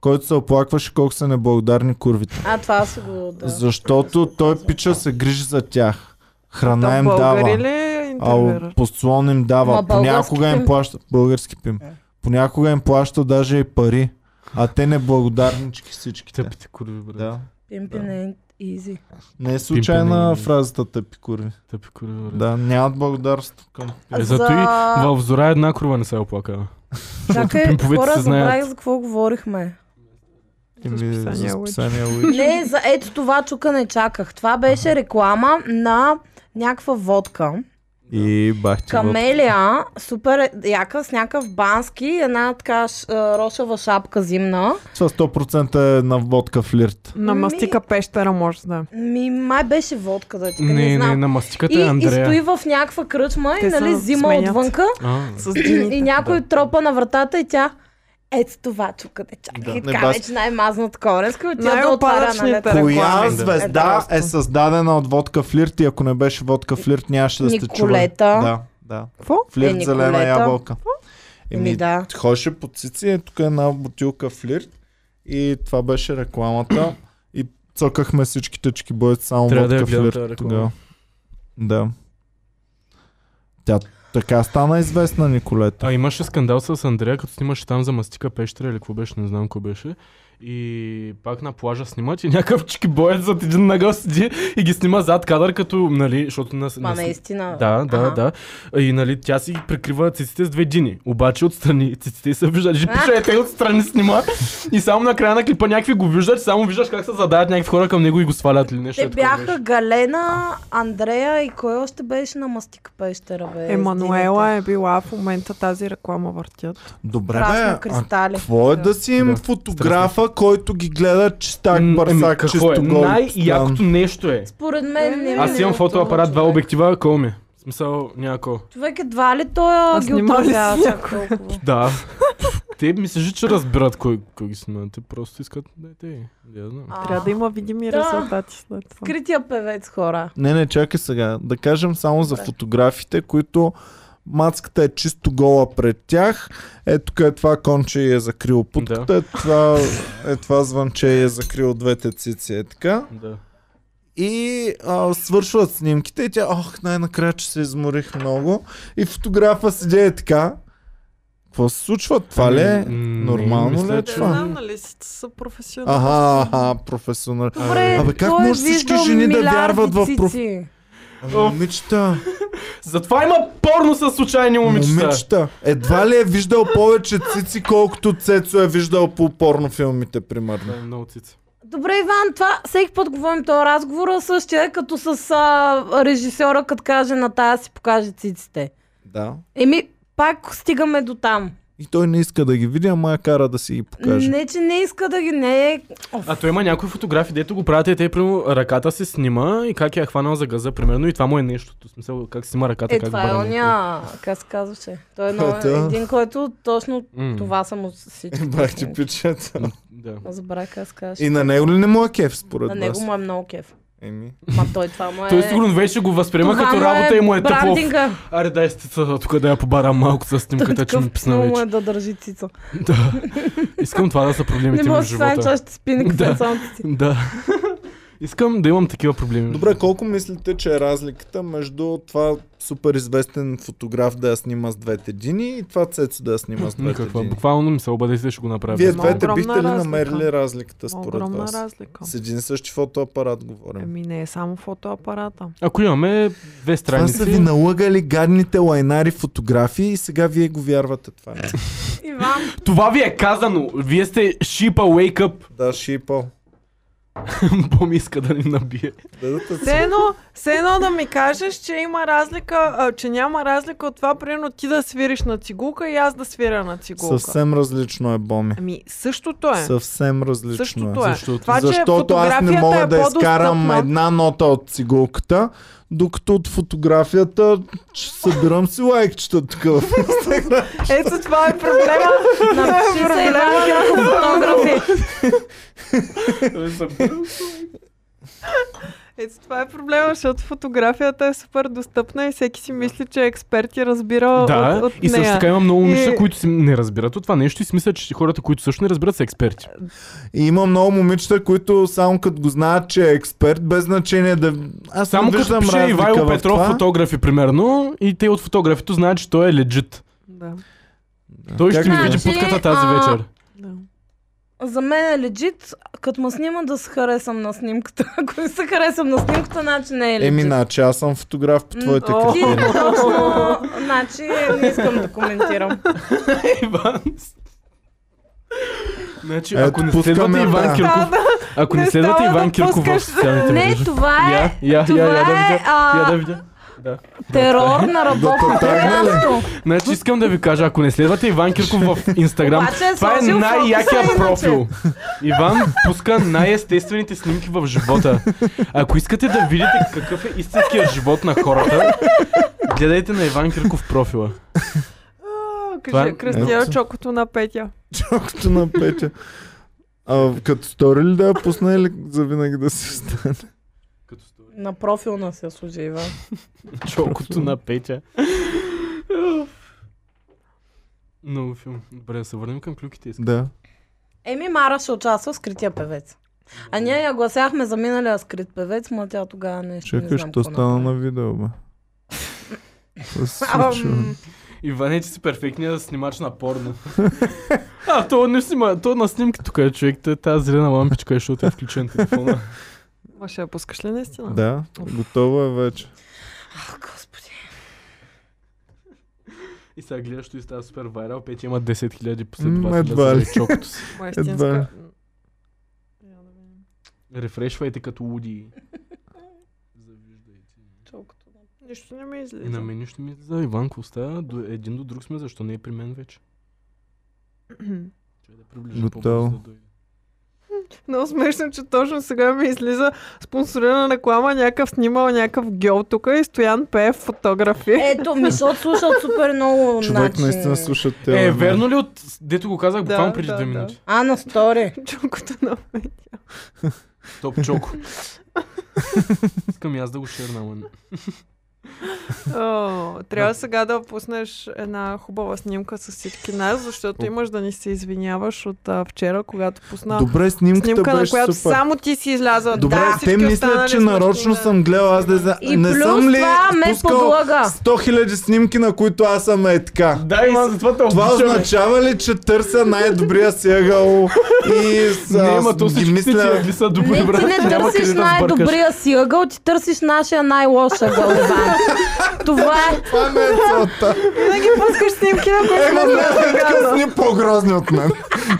който се оплакваше колко са неблагодарни курвите. А, това си го... да. Защото той пича се грижи за тях. Храна Там им българи дава. ли А интервюра? послон им дава. Ма Понякога български им пим. плаща. Български пим. Понякога им плаща даже и пари. А те неблагодарнички всичките. Тъпите курви, брат. Да. Пимпин е easy. Не е случайна Пимпане. фразата тъпи курви. Тъпи курви, брат. Да, нямат благодарство към. Е, За- зато и във зора една курва не се е оплакала. Чакай, пимповете хора, се знаят. забравих за какво говорихме. Еми, за списание Уич. списание Уич. Не, за ето това чука не чаках. Това беше реклама на някаква водка. И бахти Камелия, супер яка, с някакъв бански, една така ш, а, рошава шапка зимна. Това 100% е на водка флирт. На Ми- мастика пещера може да е. Ми, май беше водка, да ти Не, не, не, знам. на мастиката е и, и Андрея. стои в някаква кръчма и Те се нали зима сменят. отвънка А, С и дините. някой тропа на вратата и тя ето това чука не Да. чакай. И Не, така бас- вече най-мазната коренска и тя да отваря на Най-опадъчните лето. Коя реклами. звезда Е, е създадена от водка флирт и ако не беше водка флирт, нямаше да сте чували. Николета. Да, да. Какво? Флирт Е, зелена Николета. ябълка. Еми, да. Ходеше по цици, е тук една бутилка флирт и това беше рекламата. и цокахме всичките чекибойци само Трябва да я водка гледам тази флирт реклама. тогава. Да. Тя така стана известна Николета. А имаше скандал с Андрея, като снимаше там за мастика пещера или какво беше, не знам какво беше. И пак на плажа снимат и някакъв чикибоец зад един нагъл седи и ги снима зад кадър, като, нали, защото... На, Ма на- наистина. Да, да, е Аха. да. И нали, тя си прикрива циците с две дини. Обаче отстрани циците й се виждат. Ще пише, е, те отстрани снима. И само на края на клипа някакви го виждат, само виждаш как се задават някакви хора към него и го свалят или нещо. Те е, такова бяха нещо. Галена, Андрея и кой още беше на мастика пещера, бе? Емануела е. е била в момента тази реклама въртят. Добре, бе, Красна а кристали. какво е да си им Да. фотографа, който ги гледа чистак М, ами, бърсак, какво чисто е? гол. Най-якото нещо е. Според мен не е Аз имам значи фотоапарат, два обектива, кол ми. В смисъл, някакво. Човек едва ли той а, А ги снима ли си отразява чак някой? толкова? Да. Те мислиш, че разбират кой, кой ги снима. Те просто искат да те. Я знам. А, Трябва да има видими Да. резултати след това. Скрития певец, хора. Не, не, чакай сега. Да кажем само за фотографите, които мацката е чисто гола пред тях. Ето тук е това конче и е закрило путката. Е, това, е това звънче и е закрило двете цици. Е така. Да. И а, свършват снимките и тя, ох, най-накрая, че се изморих много. И фотографа седи е така. Какво се случва? Това ли е? Ами, м, Нормално не, мисля, ли е че- това? нали си са професионални. Аха, аха, професионал. Добре, Абе, как той е може всички виждал жени да милиарди вярват в проф- цици. Ами, Момичета, Затова има порно с случайни момичета. момичета. Едва ли е виждал повече цици, колкото Цецо е виждал по порнофилмите, примерно. Да, е много цици. Добре, Иван, това всеки път говорим този разговор, а същия е като с а, режисьора, като каже на тая си покаже циците. Да. Еми, пак стигаме до там. И той не иска да ги види, ама я кара да си ги покаже. Не, че не иска да ги не е. А то има някои фотографии, дето го правят и те, примерно, ръката се снима и как я е хванал за газа, примерно, и това му е нещото. В смисъл, как си снима ръката, Е, как това е бара някой. оня, как се казваше. Той е едно- А, да. един, който точно М. това са му всички. Бах ти пичета. Да. Забравя как се И казваше. на него ли не му е кеф, според На вас? него му е много кеф. Еми. Ма той това му е... Той сигурно вече го възприема това като му работа и му е тъпо. брандинга. Аре, дай стица, тук да я побарам малко с Той снимката, че такъв ми писна писнал му е вече. да държи цица. Да. Искам това да са Не е проблемите ми в може да стане, че живота. ще спи никакъв Да. да. си. Да. Искам да имам такива проблеми. Добре, колко мислите, че е разликата между това супер известен фотограф да я снима с двете дини и това Цецо да я снима с двете Никаква. дини? Буквално ми се обадите, ще го направя. Вие Много двете огромна бихте ли разлика. намерили разликата според Огромна вас? разлика. С един и същи фотоапарат говорим. Еми не е само фотоапарата. Ако имаме две Това са страници, ви налагали гадните лайнари фотографии и сега вие го вярвате това. Е. Иван, това ви е казано. Вие сте шипа wake up. да, шипо. Бом иска да ни набие. Дедата Все си. едно, все едно да ми кажеш, че има разлика, а, че няма разлика от това, примерно ти да свириш на цигулка и аз да свиря на цигулка. Съвсем различно е, Боми. Ами същото е. Съвсем различно Същото е. Защото- Това, че Защото аз не фотографията мога е да изкарам по-достъпна. една нота от цигулката, докато от фотографията ще събирам си лайкчета тук в Инстаграм. Ето това е проблема. напиши се Иван Кирков фотографи. Ето това е проблема, защото фотографията е супер достъпна и всеки си мисли, че е експерт и разбира Да, от, от и нея. също така има много момичета, И- които си не разбират от това нещо и си мислят, че хората, които също не разбират, са експерти. И има много момичета, които само като го знаят, че е експерт, без значение да... Аз Само не като виждам пише разлика Ивайло в Петров това. фотографи, примерно, и те от фотографито знаят, че той е легит. Да, Той ще Как ми да види е? путката тази А, вечер. да. За мен е легит, като ме снима да се харесам на снимката. Ако не се харесам на снимката, значи не е легит. Еми, значи аз съм фотограф по твоите М, Ти критерии. точно, значи не искам да коментирам. Иван. Значи, Ето, ако не пускаме, да. следвате Иван Кирков, ако не не следвате става да Иван Кирков в пускаш. социалните Не, мрежи. това Я, е, я, я, това я да е, видя. а, Я да видя. е. Да. терор на работното тръгна ли? място. Значи искам да ви кажа, ако не следвате Иван Кирков в Инстаграм, Обаче е това е сложил най-якия фокуса иначе. профил. Иван пуска най-естествените снимки в живота. Ако искате да видите какъв е истинският живот на хората, гледайте на Иван Кирков профила. А, Това е- Кажи, Кристина, Ето. чокото на Петя. Чокото на Петя. А, като стори ли да я пусна или завинаги да се стане? Като сте На профилна се служи, Иван. Чокото на Петя. Много филм. Добре, да се върнем към клюките. искам. Да. Еми Мара ще участва в скрития певец. А ние я гласяхме за миналия скрит певец, ма тя тогава нещо не Чакай, знам ще какво стана направи. на видео, бе. Какво се Ам, случва? бе? Иване, ти си перфектният снимач на порно. а, то не снима, то на снимки тук е човек, Та- тази зелена лампичка, защото е включен телефона. Ма ще я пускаш ли наистина? Да, готова е вече. А, Господи. И сега гледаш, той става супер вайрал, пети има 10 000 М, последователи едва ли. за чокото си. Ма Едва. истинска... М, я да видим. Рефрешвайте като луди. Завиждайте. Толкова. Нищо не ми И на излиза. мен нищо ми е за Иванко остава. До един до друг сме, защо не е при мен вече? Чай да приближа Готово. по-бързо да дойде. Много смешно, че точно сега ми излиза спонсорирана реклама, някакъв снимал някакъв гьол тук и Стоян е. пее фотографи. Ето, ми, защото слушат супер много Човек начин. наистина слуша те. Е, верно ли от... Дето го казах Да, буквално преди да, две да. минути. А, на стори. Чукото на мен. Топ чоко. Искам и аз да го шерна, ама не. О, Трябва сега да пуснеш една хубава снимка с всички нас, защото имаш да ни се извиняваш от а, вчера, когато пусна Добре, снимката снимка, на беше която супер. само ти си излязла. Добре, да, те всички мислят, останали че сме нарочно си на- съм гледал, аз да за... И не плюс съм ли това ме пускал подлага. 100 000 снимки, на които аз съм е така? Да, и затова те Това значи, означава ли, че търся най-добрия си ъгъл и с, Не, ма то ги всички ти мисля... ъгли са добри, Не, ти брат. не Няма търсиш къде да сбъркаш. най-добрия си ъгъл, ти търсиш нашия най-лош ъгъл, Иван. Това е... Това ми е целта. Винаги пускаш снимки, на които Ема, сме не, такива загадна. сни по-грозни от мен.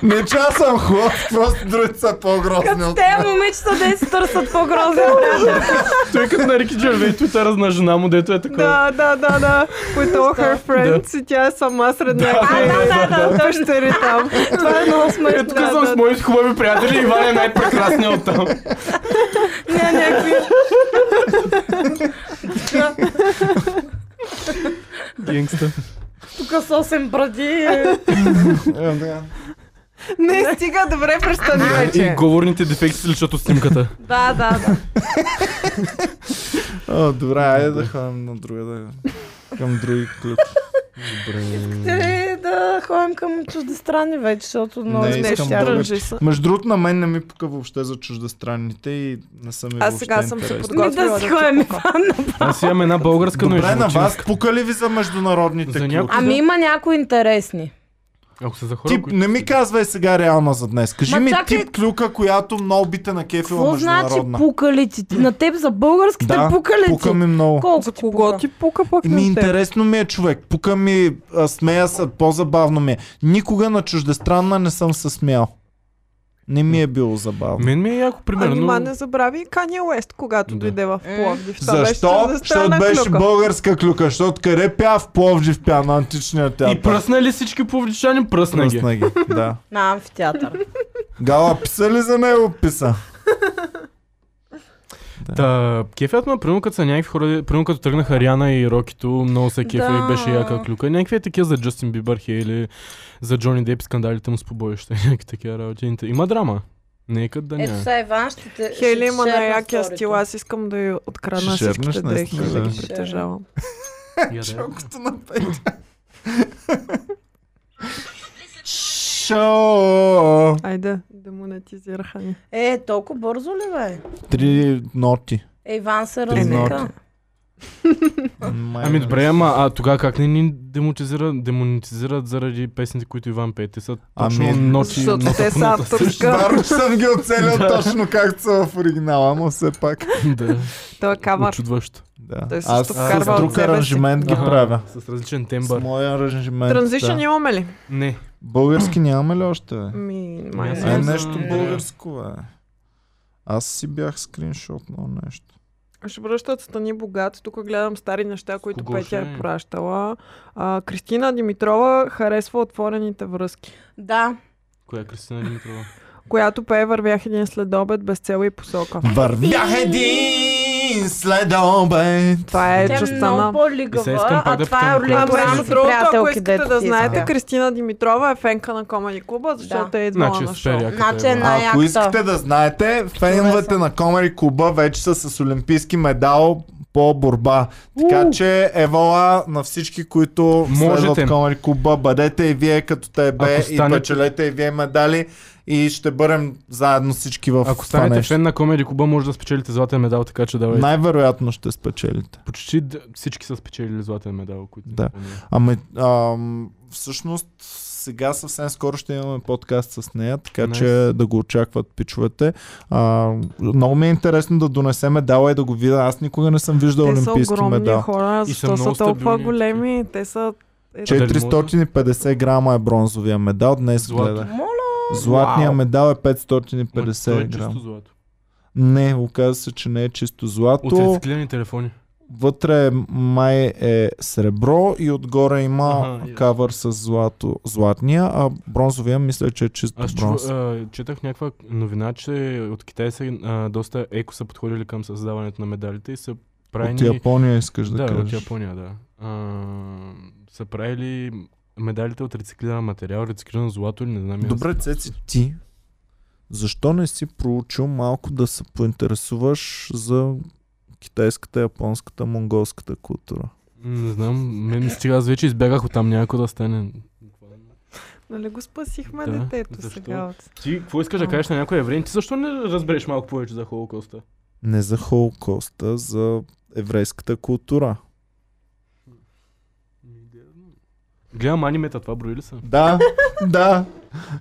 Не че аз съм хубав, просто другите са по-грозни от Те момичета да си търсят по-грозни приятели. Той е като на Рики Джервей, Туитъра на жена му, дето е такова. Да, да, да, да. With all her friends и тя е сама сред някакви да, да, да. дъщери там. Това е много смешно. Е, тук съм с моите хубави приятели, Иван е най-прекрасният от там. Не, някакви... Генгста. Тук с 8 бради. мен. Е, Не, стига, добре, престани И вече. говорните дефекти се личат от снимката. Да, да, да. О, добре, айде да ходим на друга да... Към други ключ. Те да ходим към чуждестранни вече, защото много Не, не, искам ще друга. Ръжи са. Между другото, на мен не ми пука въобще за чуждестранните и не съм ми Аз сега въобще съм се интересен. Ми да си ходим, Иван. Аз имам една българска, но и Добре, на животинска. вас пука ли ви за международните За ключ? някой- Ами има някои интересни. Ако са за хора, Ти които- не ми казвай сега реална за днес. Кажи Ма ми чакай- тип клюка, която много бите на кефила Какво значи международна. пукали ти? На теб за българските Да, пукали ти? пука ми много. Колко За ти кого пука? ти пука пък Ми на теб? интересно ми е човек. Пука ми, а, смея се, по-забавно ми е. Никога на чуждестранна не съм се смял. Не ми е било забавно. Мен ми е яко, А нима Ами, не примерно. забрави Кания Уест, когато Да. дойде в М. Пловдив. Това беше Защо? Защото чудесна беше клюка. българска клюка. Защото къде пя в Пловдив пя на античния театър. И пръсна ли всички пловдичани? Пръсна ги. Пръсна ги. Да. На амфитеатър. Гала, писа ли за него? Писа. Та, кефят ме, примерно като са някакви хора, примерно като тръгнаха Риана и Рокито, много се кефа Да. и беше яка клюка. Някакви е такива за Джастин Бибър, Хейли, за Джони Деп, скандалите му с побоища, някакви такива работи. Има драма. Нека да Е, Ето няма. сега Иван ще те... ще Хейли ти има шерна най-якия сторито. стил, аз искам да я открана Ще всичките шернеш, дрехи и да наистина, ги да. притежавам. Я да е. Колкото на петя. Шоу! Айде, демонетизираха ни. Е, толкова бързо ли бе? Три ноти. Е, Иван се Три разника. ноти. Май Ами не. добре, ама а тогава как не ни демотизира, демонетизират заради песните, които Иван пее? Те са точно Ами, ноти, Защото нота те по са нота. авторска. Вярно, че съм ги оцелил точно както са в оригинала, но все пак. Да, Той е кавър. очудващо. Да. Той също Аз вкарва с от друг себе си. аранжимент ги Аха, правя. С различен С тембър. мой аранжимент. Транзишън е- да. имаме ли? Не. Български нямаме ли още? бе? Ми, Е, май Е, Ем, не. не. нещо за- българско, бе. Аз си бях скриншот на нещо. Ще връщат Стани Богат. Тук гледам стари неща, които кого ще Петя е? е пращала. А, Кристина Димитрова харесва отворените връзки, Да. Коя е Кристина Димитрова? която пее Вървях един следобед без цел и посока. Вървях един след обед. Това е Тя е частта на... много И сега искам по-лигава, пак а да това питам е коя А е Орлин Кристина Горанов между и другото, приятелки, ако искате дето да ти знаете, иска. Кристина Димитрова е фенка на Комади Клуба, защото Да. е идвала Значи е на шоу. супер яка. Значи тя е е, бе. най- Ако Аякта. искате да знаете, феновете на Комери Куба вече са с олимпийски медал по борба. Така че евала на всички, които Можете. следват Comedy Клуба, бъдете и вие като тебе Ако и станете- печелете и вие медали и ще бъдем заедно всички в Ако това станете нещо. фен на Комеди Куба, може да спечелите златен медал, така че давай. Най-вероятно ще спечелите. Почти д- всички са спечелили златен медал, които. Да. Ами, ам, всъщност сега съвсем скоро ще имаме подкаст с нея, така Nice. nice. че да го очакват пичовете. А, много ми е интересно да донесе медала и да го видя. Аз никога не съм виждал Те са олимпийски огромни медал. хора, И са защо са, много толкова стабилни, големи. Те са... Е, Че- дали може? 450 грама е бронзовия медал, днес Злато. гледах. Моля, Златния Вау. медал е Той 550 е чисто грама. злато. Не, оказа се, че не е чисто От злато. рециклирани телефони. Вътре май е сребро и отгоре има Аха, кавър с злато, златния, а бронзовия мисля, че е чисто Аз чу, бронз. а, четах някаква новина, че от Китай са а, доста еко са подходили към създаването на медалите и са От правени... Япония искаш да, да, от кажеш. Япония, да. А, са правили медалите от рециклиран материал, рециклирано злато или не знам. и аз. Добре, Цеци, ти защо не си проучил малко да се поинтересуваш за китайската, японската, монголската култура? Не знам, мен ми стига, аз вече избягах от там някой да стане. Нали го спасихме Да, детето защо? сега? от- Ти какво искаш да кажеш на някой евреин? Ти защо не разбереш малко повече за Холокоста? Не за Холокоста, за еврейската култура. Гледам анимета, това брои ли са? Да, да.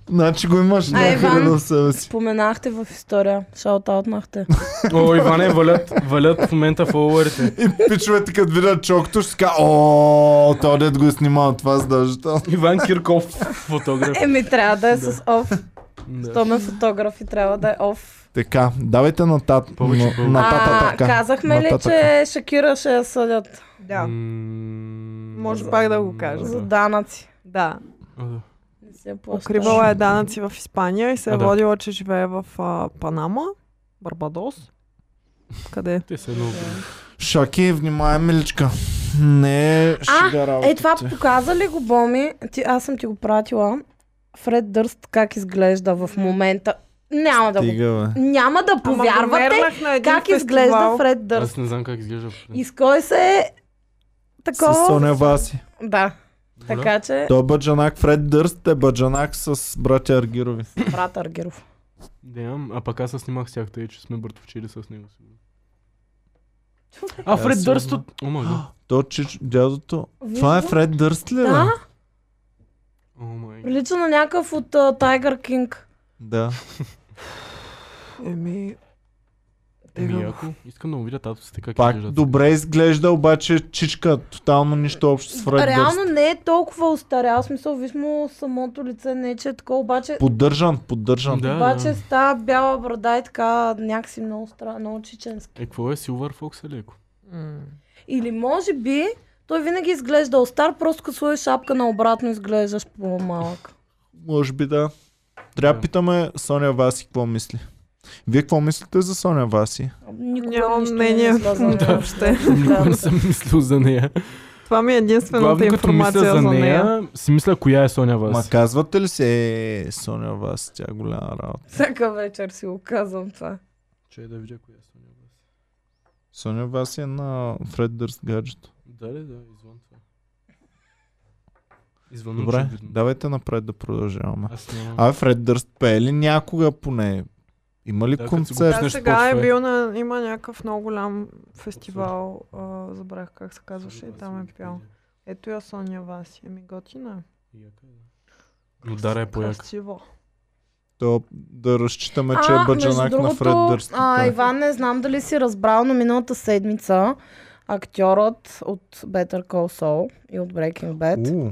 Значи го имаш А, някъде Иван? в себе си. споменахте в история. Шаутаутнахте. О, Иване, валят, валят в момента фолуерите. И пичовете като видят чокто, ще си кажа, о, то дед го е снимал, това задължително. Иван Кирков, фотограф. Еми, трябва да е с оф. Да. Стоме фотограф и трябва да е оф. Така, давайте на тат, Повече, на- повече. на А, тататака. казахме ли, Нататък. че Шакира ще я съдят Да. М, Може да. пак да го кажа. за Да. данъци? Да. А, да. Не се плаща. Укривала е данъци в Испания и се е А, да. водила, че живее в а, Панама, Барбадос. Къде? Те са едно. Шаки, внимай, миличка. Не е шега Е, това работата. показа ли го, Боми? Ти, аз съм ти го пратила. Фред Дърст как изглежда в момента. Няма да го... Стига, бе. Няма да Ама го повярвате мернах на един как изглежда фестивал. Фред Дърст. Аз не знам как изглежда. И с кой се е С такова... Соня Васи. Да, Моля? така че... Той е бъджанак Фред Дърст е бъджанак с братя Аргирови. Брат Аргиров. Да, имам, а пък аз се снимах с тях, тъй, че сме бъртовчили с него. сигурно. А Фред сигурно. Дърст от... О, май гад. То чич, дядото. Виж Това е го. Фред Дърст ли? бе? Да, О, май гад. прилича на някакъв от uh, Tiger King. Да. Еми, Еми, Ева. Ами, ако искам да му видя татусите как Пак изглеждат. добре изглежда, обаче чичка тотално нищо общо с Фред Реално Дърст. не е толкова устарял, в смисъл, виж му самото лице, не че е такова, обаче, Поддържан, поддържан. Да, обаче да. с тази бяла брада и така някакси много, стра... много чеченски. Е, какво е Silver Fox или еко? м, Или може би той винаги изглежда стар, просто като сложи шапка на обратно изглеждаш по-малък. Може би да. Трябва да Да. питаме Соня Васи какво мисли. Вие какво мислите за Соня Васи? Никога Нямам нищо мнение не изляза Да. на- въобще. Да. Никога не съм мислил за нея. Това ми е единствената Главно като мисля информация за нея. нея, си мисля коя е Соня Ма Вас. казвате ли се, е, Соня Васи, тя е голяма работа. Всяка вечер си го казвам това. Че да видя коя е Соня Вас. Соня Васи е на Фред Дърст гаджето. Да, да, да, извън това. Извън Добре, Ами очевидно. давайте напред да продължаваме. Аз нямам. А Фред Дърст пее ли някога поне? Има ли Да, като си го концерт? пусне- Да, Пуснеш сега е Spotify. бил на... Има някакъв много голям фестивал, а, забрах как се казваше, и там е пял. Ето я Соня Васи. Еми готина. Яка е, да. Но Дара е по-яка. Красиво. То да разчитаме, че е бъджанак на Фред Дърст. а, Да. Иван, не знам дали си разбрал, но миналата седмица актьорът от Better Call Saul и от Breaking Bad. У,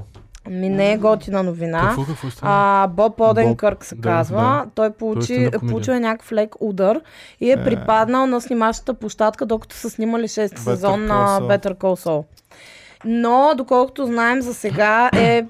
Ми не е готина новина. Какво, е какво стана? А, Боб Оденкърк се Да, казва. да. Той получи, стендъп комедиан. получил е някакъв лек удар и е, Е. припаднал на снимащата площадка, докато са снимали 6 Better сезон на Call Saul. Better Call Saul. Но, доколкото знаем за сега, е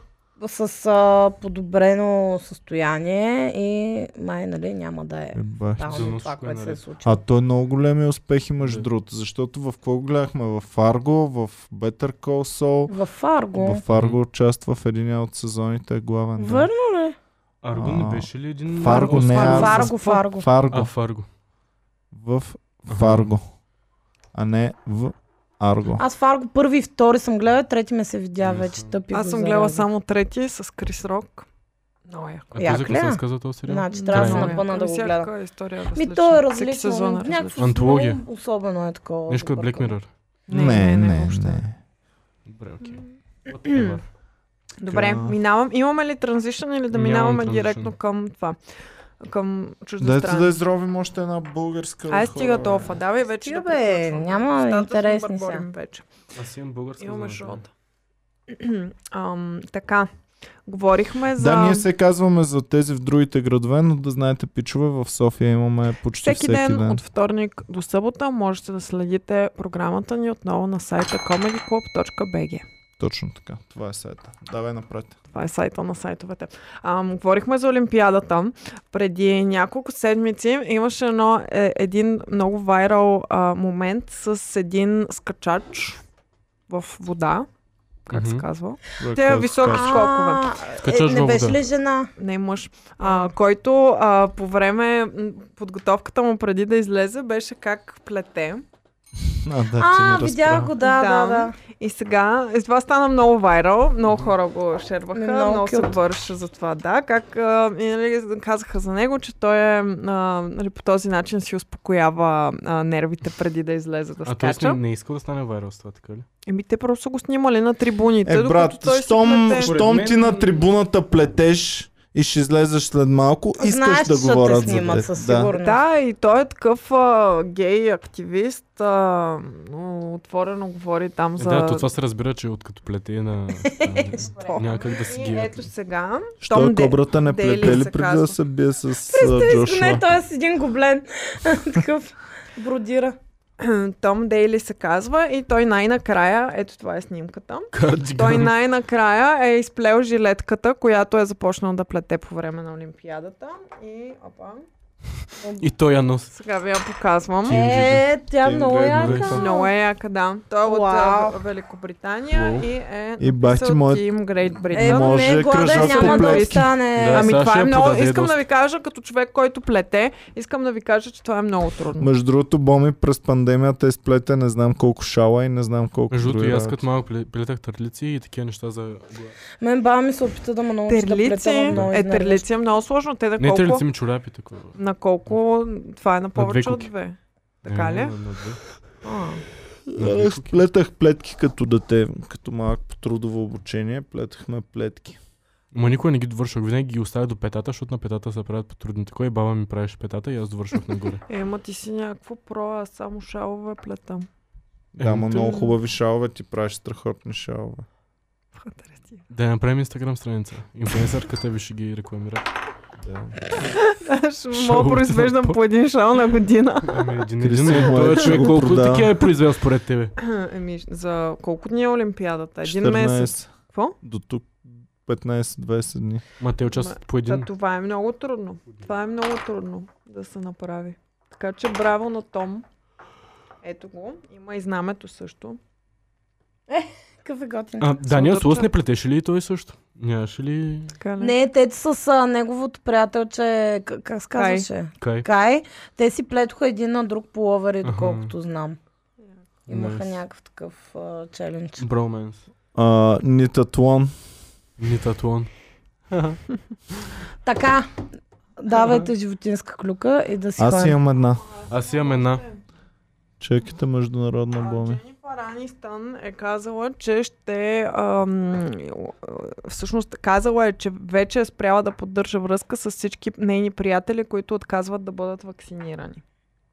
с а, подобрено състояние и май, нали, няма да е е, бах. Да. тотално Абсолютно това, всичко е което се е наред. случило. А той много големи успехи, между Да. другото, защото в кого гледахме? В Фарго, в Better Call Saul. В Фарго. В Фарго участва в един от сезоните е главен. да. Върна ли? Арго а, не беше ли един... Фарго не е. Освен- аз Фарго, с П. Фарго. Фарго. А, Фарго. В Фарго. А не в Арго. Аз Фарго първи и втори съм гледала, трети ме се видя Не вече. съм. Тъпи Аз го съм гледала зареби. само трети с Крис Рок. Много яко. А Як ти за какво ли е? се разказва този сериал? Значи трябва да се Крайно. напъна да го гледам. Всяка история е Ми различна. то е Всеки различно. сезон е Някакво различен. Антология. много Особено е такова. Нещо като Black забъркано. Mirror. Не, не, не. въобще. не. Добре, окей. Whatever. Добре, Така. минавам. Имаме ли транзишън или да Нямам минаваме транзишън. директно към това? Към Дайте чуждестранни. да изровим още една българска. Ай, хора, стига бе. толкова. Давай вече Стига, да бе, приключваме. няма Устата интересни се сега. бърборим вече. Аз имам българска. Имаме знам. живота. Ам, така, говорихме за... Да, ние се казваме за тези в другите градове, но да знаете, пичове, в София имаме почти всеки, всеки, ден, от вторник до събота можете да следите програмата ни отново на сайта comedyclub.bg. Точно така. Това е сайта. Давай напред. Това е сайта на сайтовете. Ам, говорихме за Олимпиадата. Преди няколко седмици имаше едно, е, един много вайрал а, момент с един скачач в вода. Как се Мгм. казва? Човек, Те който високи каже. скокове. Скачаш е, не във беше вода. ли жена? Не мъж. А, който а, по време м, подготовката му преди да излезе беше как плете. А, да, ти Значи а, ми видях разправя. го, да, да, Да. да. И сега, и това стана много вайрал, много хора го шерваха, Ми, много много, много се cute. върше за това, да. Как а, и, нали, казаха за него, че той е, а, нали, по този начин си успокоява а, нервите преди да излезе да А той скача. не иска да стане вайрал с това, така ли? Еми те просто са го снимали на трибуните, Е, докато брат, той си щом, плете. Според щом мен- ти на трибуната плетеш и ще излезеш след малко, искаш Знаеш, да че те говорят за снимат теб. със Да. сигурност. Да, и той е такъв а, гей активист, а, но отворено говори там Е, за... да, то това се разбира, че от като плете е на... на- Няма как да си И ги... Е, ето сега, Що е Том Де- кобрата не Дейли плете ли се преди казва. да се бие с а, Не, Джошуа? той е с един гоблен. Такъв бродира. Том Дейли се казва и той най-накрая, ето това е снимката, той Кардиган. най-накрая е изплел жилетката, която е започнал да плете по време на Олимпиадата. И, опа, И той я носи. сега ви я показвам. Ти- Е, тя Ти- много Ти- яка. Ти- Много е яка, да. Той е от Уау. а, Великобритания Уау. и е И бах ти написал моят- Team Great Е, Britain. Може не, гладен кръжа по няма да плети. остане. Да. Ами сега това ще е я много, продаде искам да доста. ви кажа, като човек, който плете, искам да ви кажа, че това е много трудно. Между другото, Боми през пандемията изплете не знам колко шала и не знам колко Между другото, други и аз работи. като малко пле- плетах търлици и такива неща за... Мен баба ми се опита да ме научи да Терлици, плетя много е, изнервящо. терлици е много сложно. Те на Не колко, търлици ми чорапи, такова. на колко, това е на повече от куки. две. Така Не, ли? Е, на- на две. А. Нали, Аз плетах Е, плетки като дете, като малък по трудово обучение, плетахме плетки. Ма никога не ги довършвах. Винаги ги оставя до петата, защото на петата се правят по-трудни. Такова и баба ми правеше петата и аз довършвах нагоре. Е, ма ти си някакво про, аз само шалове плета. Да, ма Еми, много да. хубави шалове, ти правиш страхотни шалове. Да направим инстаграм страница. Инфлуенсърката ви ще ги рекламира. Да. Аз мога Шалове произвеждам на пол. по един шал на година. Ами един Крисо един е. Младен Той ще човек го колко продава. такива е произвел според тебе. Еми, за колко дни е Олимпиадата? Един 14 месец. Какво? До тук 15-20 дни. Ма те участват по един. Та, това е много трудно. Това е много трудно да се направи. Така че браво на Том. Ето го. Има и знамето също. Какъв е готин. А, Даниел Слос удобно. не плетеше ли и той също? Нямаше ли Така ли? Не, те с а, неговото приятелче, к- как се Кай. казваше? кай? Кай. Те си плетоха един на друг пуловери, Аха. доколкото знам. Имаха Nice. някакъв такъв а, челендж. Броуменс. А, нитатлон. Ни татуон. Така, давайте животинска клюка и да си Аз ходим. имам една. Аз имам една. Чекайте международна А, боми. Дженнифър Анистън е казала, че ще... Ам, всъщност казала е, че вече е спряла да поддържа връзка с всички нейни приятели, които отказват да бъдат вакцинирани.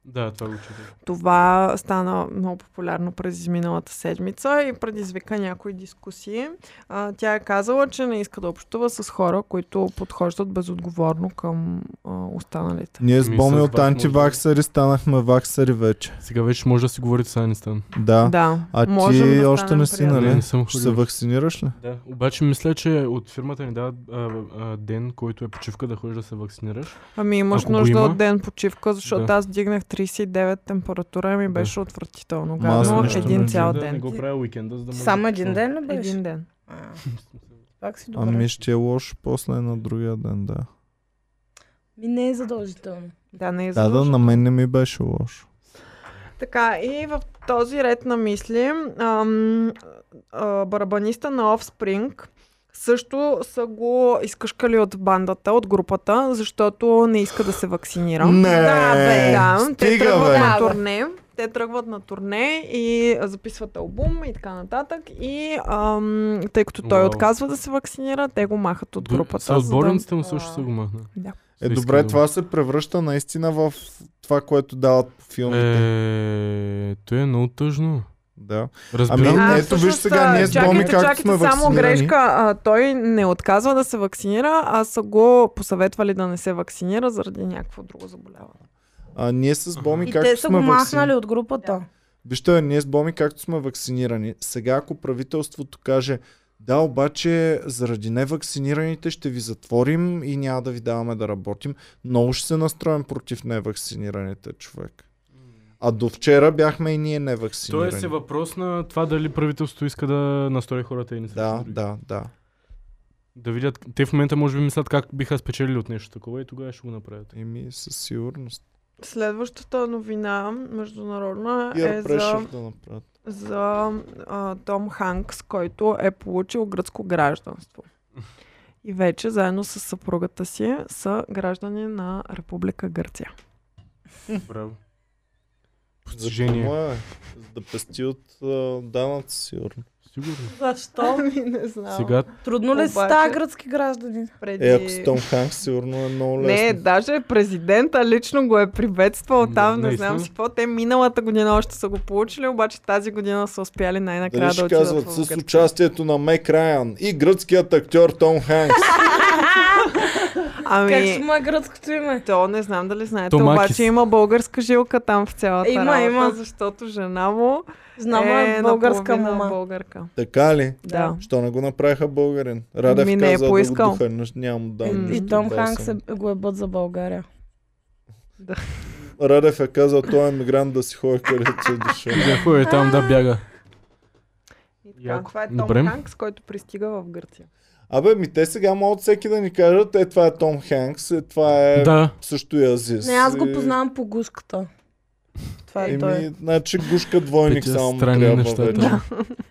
Да, това го четах. Това стана много популярно през изминалата седмица и предизвика някои дискусии. А, тя е казала, че не иска да общува с хора, които подхождат безотговорно към а, останалите. Ние с Ми Боми с от вас може да- антиваксари станахме ваксари вече. Сега вече може да си говорите с Анистън. Да. Да, А можем ти да още станем не си, приятели. нали? Не, не съм Ще се ходил. вакцинираш ли? Да, обаче мисля, че от фирмата ни дават а, а, ден, който е почивка да ходиш да се вакцинираш. Ами имаш Ако го нужда има. от ден почивка, защото Да. аз дигнах 39 температура и ми беше отвратително. Ма аз Гадно нещо един не цял да, Да, не ден. го правя уикенда, за да може Само да- един ден ли беше? Един ден. А, пак си добре. Е, Ами ще е лошо после на другия ден, да. Ми не е задължително. Да, не Да, е да, задължително. на мен не ми беше лошо. Така, и в този ред на мисли, ам, а, барабаниста на Offspring също са го изкъшкали от бандата, от групата, защото не иска да се вакцинира. Не, Да, бе, Да, те стига, тръгват бе. на Да, бе. турне. Те тръгват на турне и записват албум и така нататък. И ам, тъй като той Уау. отказва да се вакцинира, те го махат от групата. Са за да- отборниците му също са го махнали. Да. Е, Са добре, искали. това се превръща наистина в това, което дават по филмите. Е, то е много тъжно. Да. Разбирам. Ами, Ами, ето, виж всъщност, сега, ние с чакайте, Боми както чакайте, сме само вакцинирани. грешка. А, той не отказва да се вакцинира, а са го посъветвали да не се вакцинира заради някакво друго заболяване. А ние с Боми И както те са Ами сме го вакцинирани. махнали от групата. Вижте, ние с Боми както сме вакцинирани. Сега ако правителството каже да, обаче заради невакцинираните ще ви затворим и няма да ви даваме да работим. Много ще се настроим против невакцинираните човек. А до вчера бяхме и ние невакцинирани. Тоест е въпрос на това дали правителството иска да настрои хората и не Да, да, да. да видят. Те в момента може би мислят как биха спечелили от нещо такова и тогава ще го направят. Еми със сигурност. Следващата новина, международна, Пир е за, прешър да направят. за а, Том Ханкс, който е получил гръцко гражданство. И вече заедно с съпругата си са граждани на Република Гърция. Браво. Постижение. Постижение. е. За да пести от а, данъци, сигурно. Сигурно. Защо? Ами не знам. Сега Трудно ли са Обаче- тази гръцки граждани? преди... Е, ако с Том Ханкс, сигурно е много лесно. Не, даже президента лично го е приветствал Да, там, не наистина. знам си какво. Те миналата година още са го получили, обаче тази година са успяли най-накрая Дали да ще отидат казват в с Гърция. участието на Мек Райан и гръцкият актьор Том Ханкс. Как ще Ами, му е гръцкото име? то не знам дали знаете, Томакис. обаче има българска жилка там в цялата Има, работа, има. защото жена му Знам, е, е българска наполовина мама. българка. така ли? Да. Що не го направиха българин? Радев Ми, не е каза поискал. да го духа, няма да. М. И Том Ханкс е, го е бът за България. Радев е казал, той е мигрант да си ходи където е дошъл. да ходи там да бяга. И така, Яко. това е Том Добре. Ханкс, който пристига в Гърция. Абе, ми те сега могат всеки да ни кажат, е това е Том Ханкс, е това е Да. също и Азис. Не, аз го И- познавам по гушката. Това е той. Еми, значи гушка двойник Петя само му странни трябва неща, вече. да.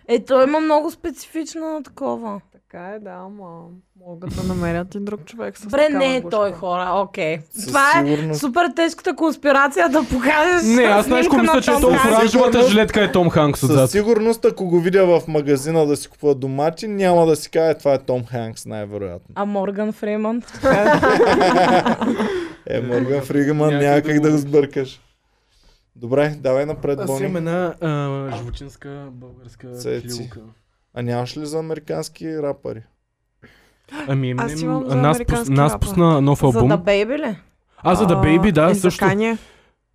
Е, той има много специфична такова. Така е, да, ама могат да намерят и друг човек с Добре, такава не е гушка. той хора, окей. Със Това е сигурност. супер тежката конспирация да покажеш Не, аз знаеш, снимка ако на мисля, че е Том толкова Ханкс. оранжевата Сигурно. жилетка е Том Ханкс Със отзад. сигурност, ако го видя в магазина да си купува домати, няма да си каже, това е Том Ханкс, най-вероятно. А Морган Фриман? Е, Морган Фригман, Някак няма как да да го го сбъркаш. Добре, давай напред, Аз имам е Бони. една а, животинска българска Цеци. филка. А нямаш ли за американски рапъри? Ами, ами Аз имам за нас, пус, американски нас рапър. пусна нов За албум. да бейби ли? А, за да Baby, да, и за също. Kanye.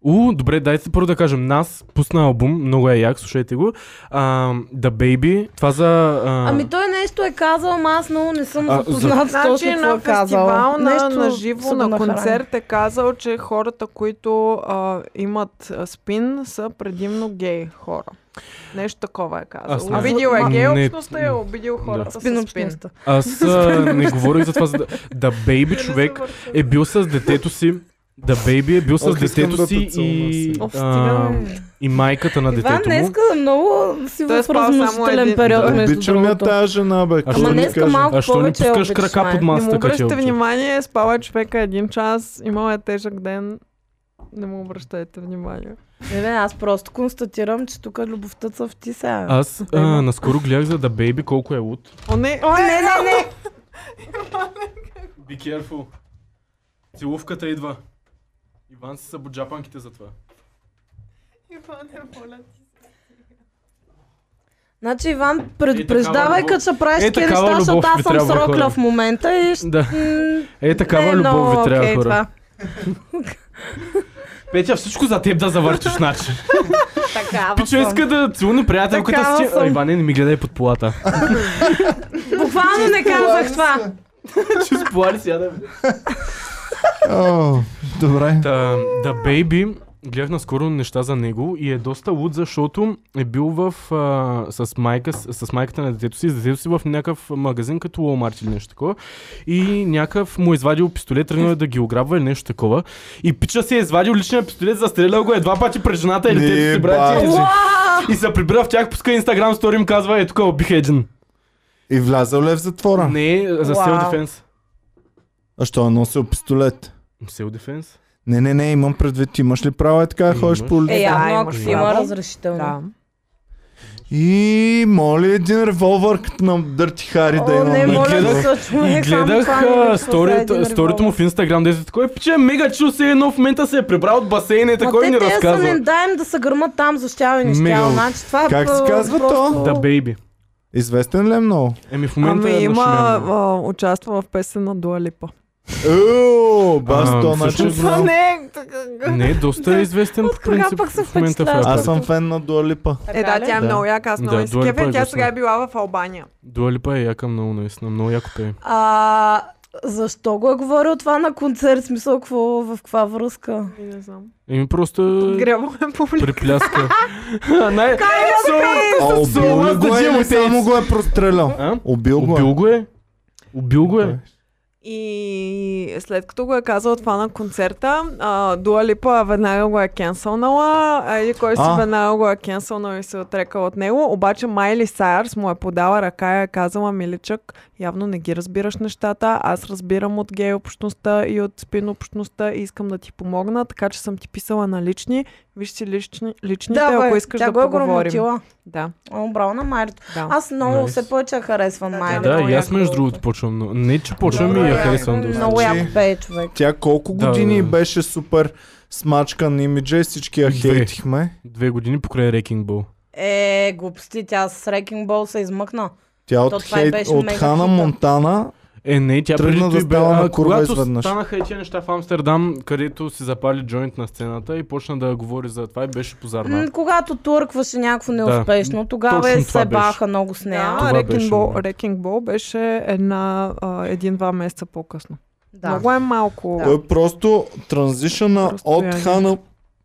У, добре, дайте първо да кажем. Нас пусна албум, много е як, слушайте го. А, The Baby, това за... А... Ами той нещо е казал, ама аз много не съм А, запознат с точно Значи какво на е казал. фестивал, на, Нещо на са живо, го на нахранили. концерт е казал, че хората, които а, имат а, спин, са предимно гей хора. Нещо такова е Аз казал. не- Обидил е М, гей не- общността и е обидил хората Спин с спин. общността. Аз а, не говорих за това. За... The- The Baby човек е бил с детето си. The Baby е бил с Ох, искам детето да си те и, целуна Оф, а, стига, бе. и майката на Иван детето му. днеска много си Той е в спал само разносителен един- период Да. между Обичам я другото. тази жена, бе. какво що да не ти иска кажа? малко А що не повече я пускаш обичаш, крака май? под Не Не му масата, като обръщате е внимание, спала е човека един час, имал е тежък ден. Не му обръщайте внимание. Не, не, аз просто констатирам, че тук любовта са в ти сега. Аз а, наскоро гледах за The Baby колко е луд. О, не! О, не, не, не! Be careful. Целувката идва. Иван си събуджа джапанките за това. Значи, Иван, предупреждавай, Е, такава като ще правиш е, такива такава неща, защото любов аз ви съм трябва, с рокля хора. в момента и ще... Да. м, Е, не такава е любов много ви трябва, окей хора. това. Петя, всичко за теб да завъртиш, значи. Такава Пичо съм. иска да целуне приятелката Такава си. съм. А, Иване, не ми гледай под полата. Буквално не казах това. Ще спола ли сега да О, Добре. Та, да, Baby гледах наскоро неща за него и е доста луд, защото е бил в, а, с, майка, с, с майката на детето си, и с детето си в някакъв магазин като Walmart или нещо такова. И някакъв му е извадил пистолет, тръгнал е да ги ограбва или нещо такова. И пича си е извадил личния пистолет, застрелял го е два пъти пред жената или детето си, Не, брат. бачи. и- И се прибира в тях, пуска Instagram стори им казва, е тук убих един. И влязал ли е в затвора? Не, за Уау. self defense. А що е носил пистолет? Self defense? Не, не, не, имам предвид, имаш ли право е така, да ходиш Имаш. по улица? Е, Да, явно, ако имаш си има право. разрешително. Да. И моли един револвър като на Дърти Хари да О, имам. не, на моля гледах. да се И чуе, Е, само гледах това ми а, липсва за сторито, един сторито му в Инстаграм, дето е такой, пиче, мега чу се едно, в момента се е прибрал от басейна и Ма такой те, ни те са разказва. не дай им да се гърмат там за щява и неща. Мега. Значи това е Как се пъ- казва то? Да, бейби. Известен ли е много? Еми в момента Ами е има, има... а, участва в песен на Дуалипа. Ео, бас, А, то всъщност- начин Това значи знам. не е... Не, доста е известен От в кога принцип пък се в момента в впечатляваш? Аз рапа. съм фен на Дуалипа. Е, да, Така ли? тя е Да. много яка, аз Да, много да, се Dua Lipa кефя. е Тя готина. сега е била в Албания. Дуа Липа е яка много, наистина, много яко пее. А, защо го е говорил това на концерт? В Смисъл, какво, в каква връзка? И не знам. Еми просто Грямо е публика. припляска. Най... So- А, so убил was ли го the е gym или with само AIDS. го е прострелял? А? Убил го Убил е. го е. Убил го е. И след като го е казал това на концерта, а, Дуа Липа веднага го е кенсълнала, а или кой си А. веднага го е кенсълнал и се е отрекал от него, обаче Майли Сайърс му е подала ръка и е казала, миличък, явно не ги разбираш нещата, аз разбирам от гей общността и от спин общността и искам да ти помогна, така че съм ти писала на лични, виж си лични, личните, бе, ако искаш тя да го е поговорим. грамотила. Да, О, браво на Майлито. да. Аз много Nice. все повече я харесвам Да, Майлито. Да, и аз яко. между другото почвам. много- Не, че почвам и я Добре, харесвам доста. Много Значи- яко пее човек. Тя колко Да, години да, да. беше супер смачкан имиджа и всички я Две. хейтихме. Две години покрай Рекинг Бол. Е, глупости, тя с Рекинг Бол се измъкна. Тя То от, това и хейт, беше от мега Хана хита. Монтана Е, не, тя Тръгна преди да това става и бе- на а, курва когато изведнъж. станаха и тия неща в Амстердам, където си запали джойнт на сцената и почна да говори за това и беше позарна. М, когато туркваше някакво неуспешно, тогава точно е това се баха беше. много с нея. Да, Това беше, Рекинг Бол, да. Рекинг Бол беше една, а, един-два месеца по-късно. Да. Да. Много е малко. Той просто транзишъна Просто от реално. Хана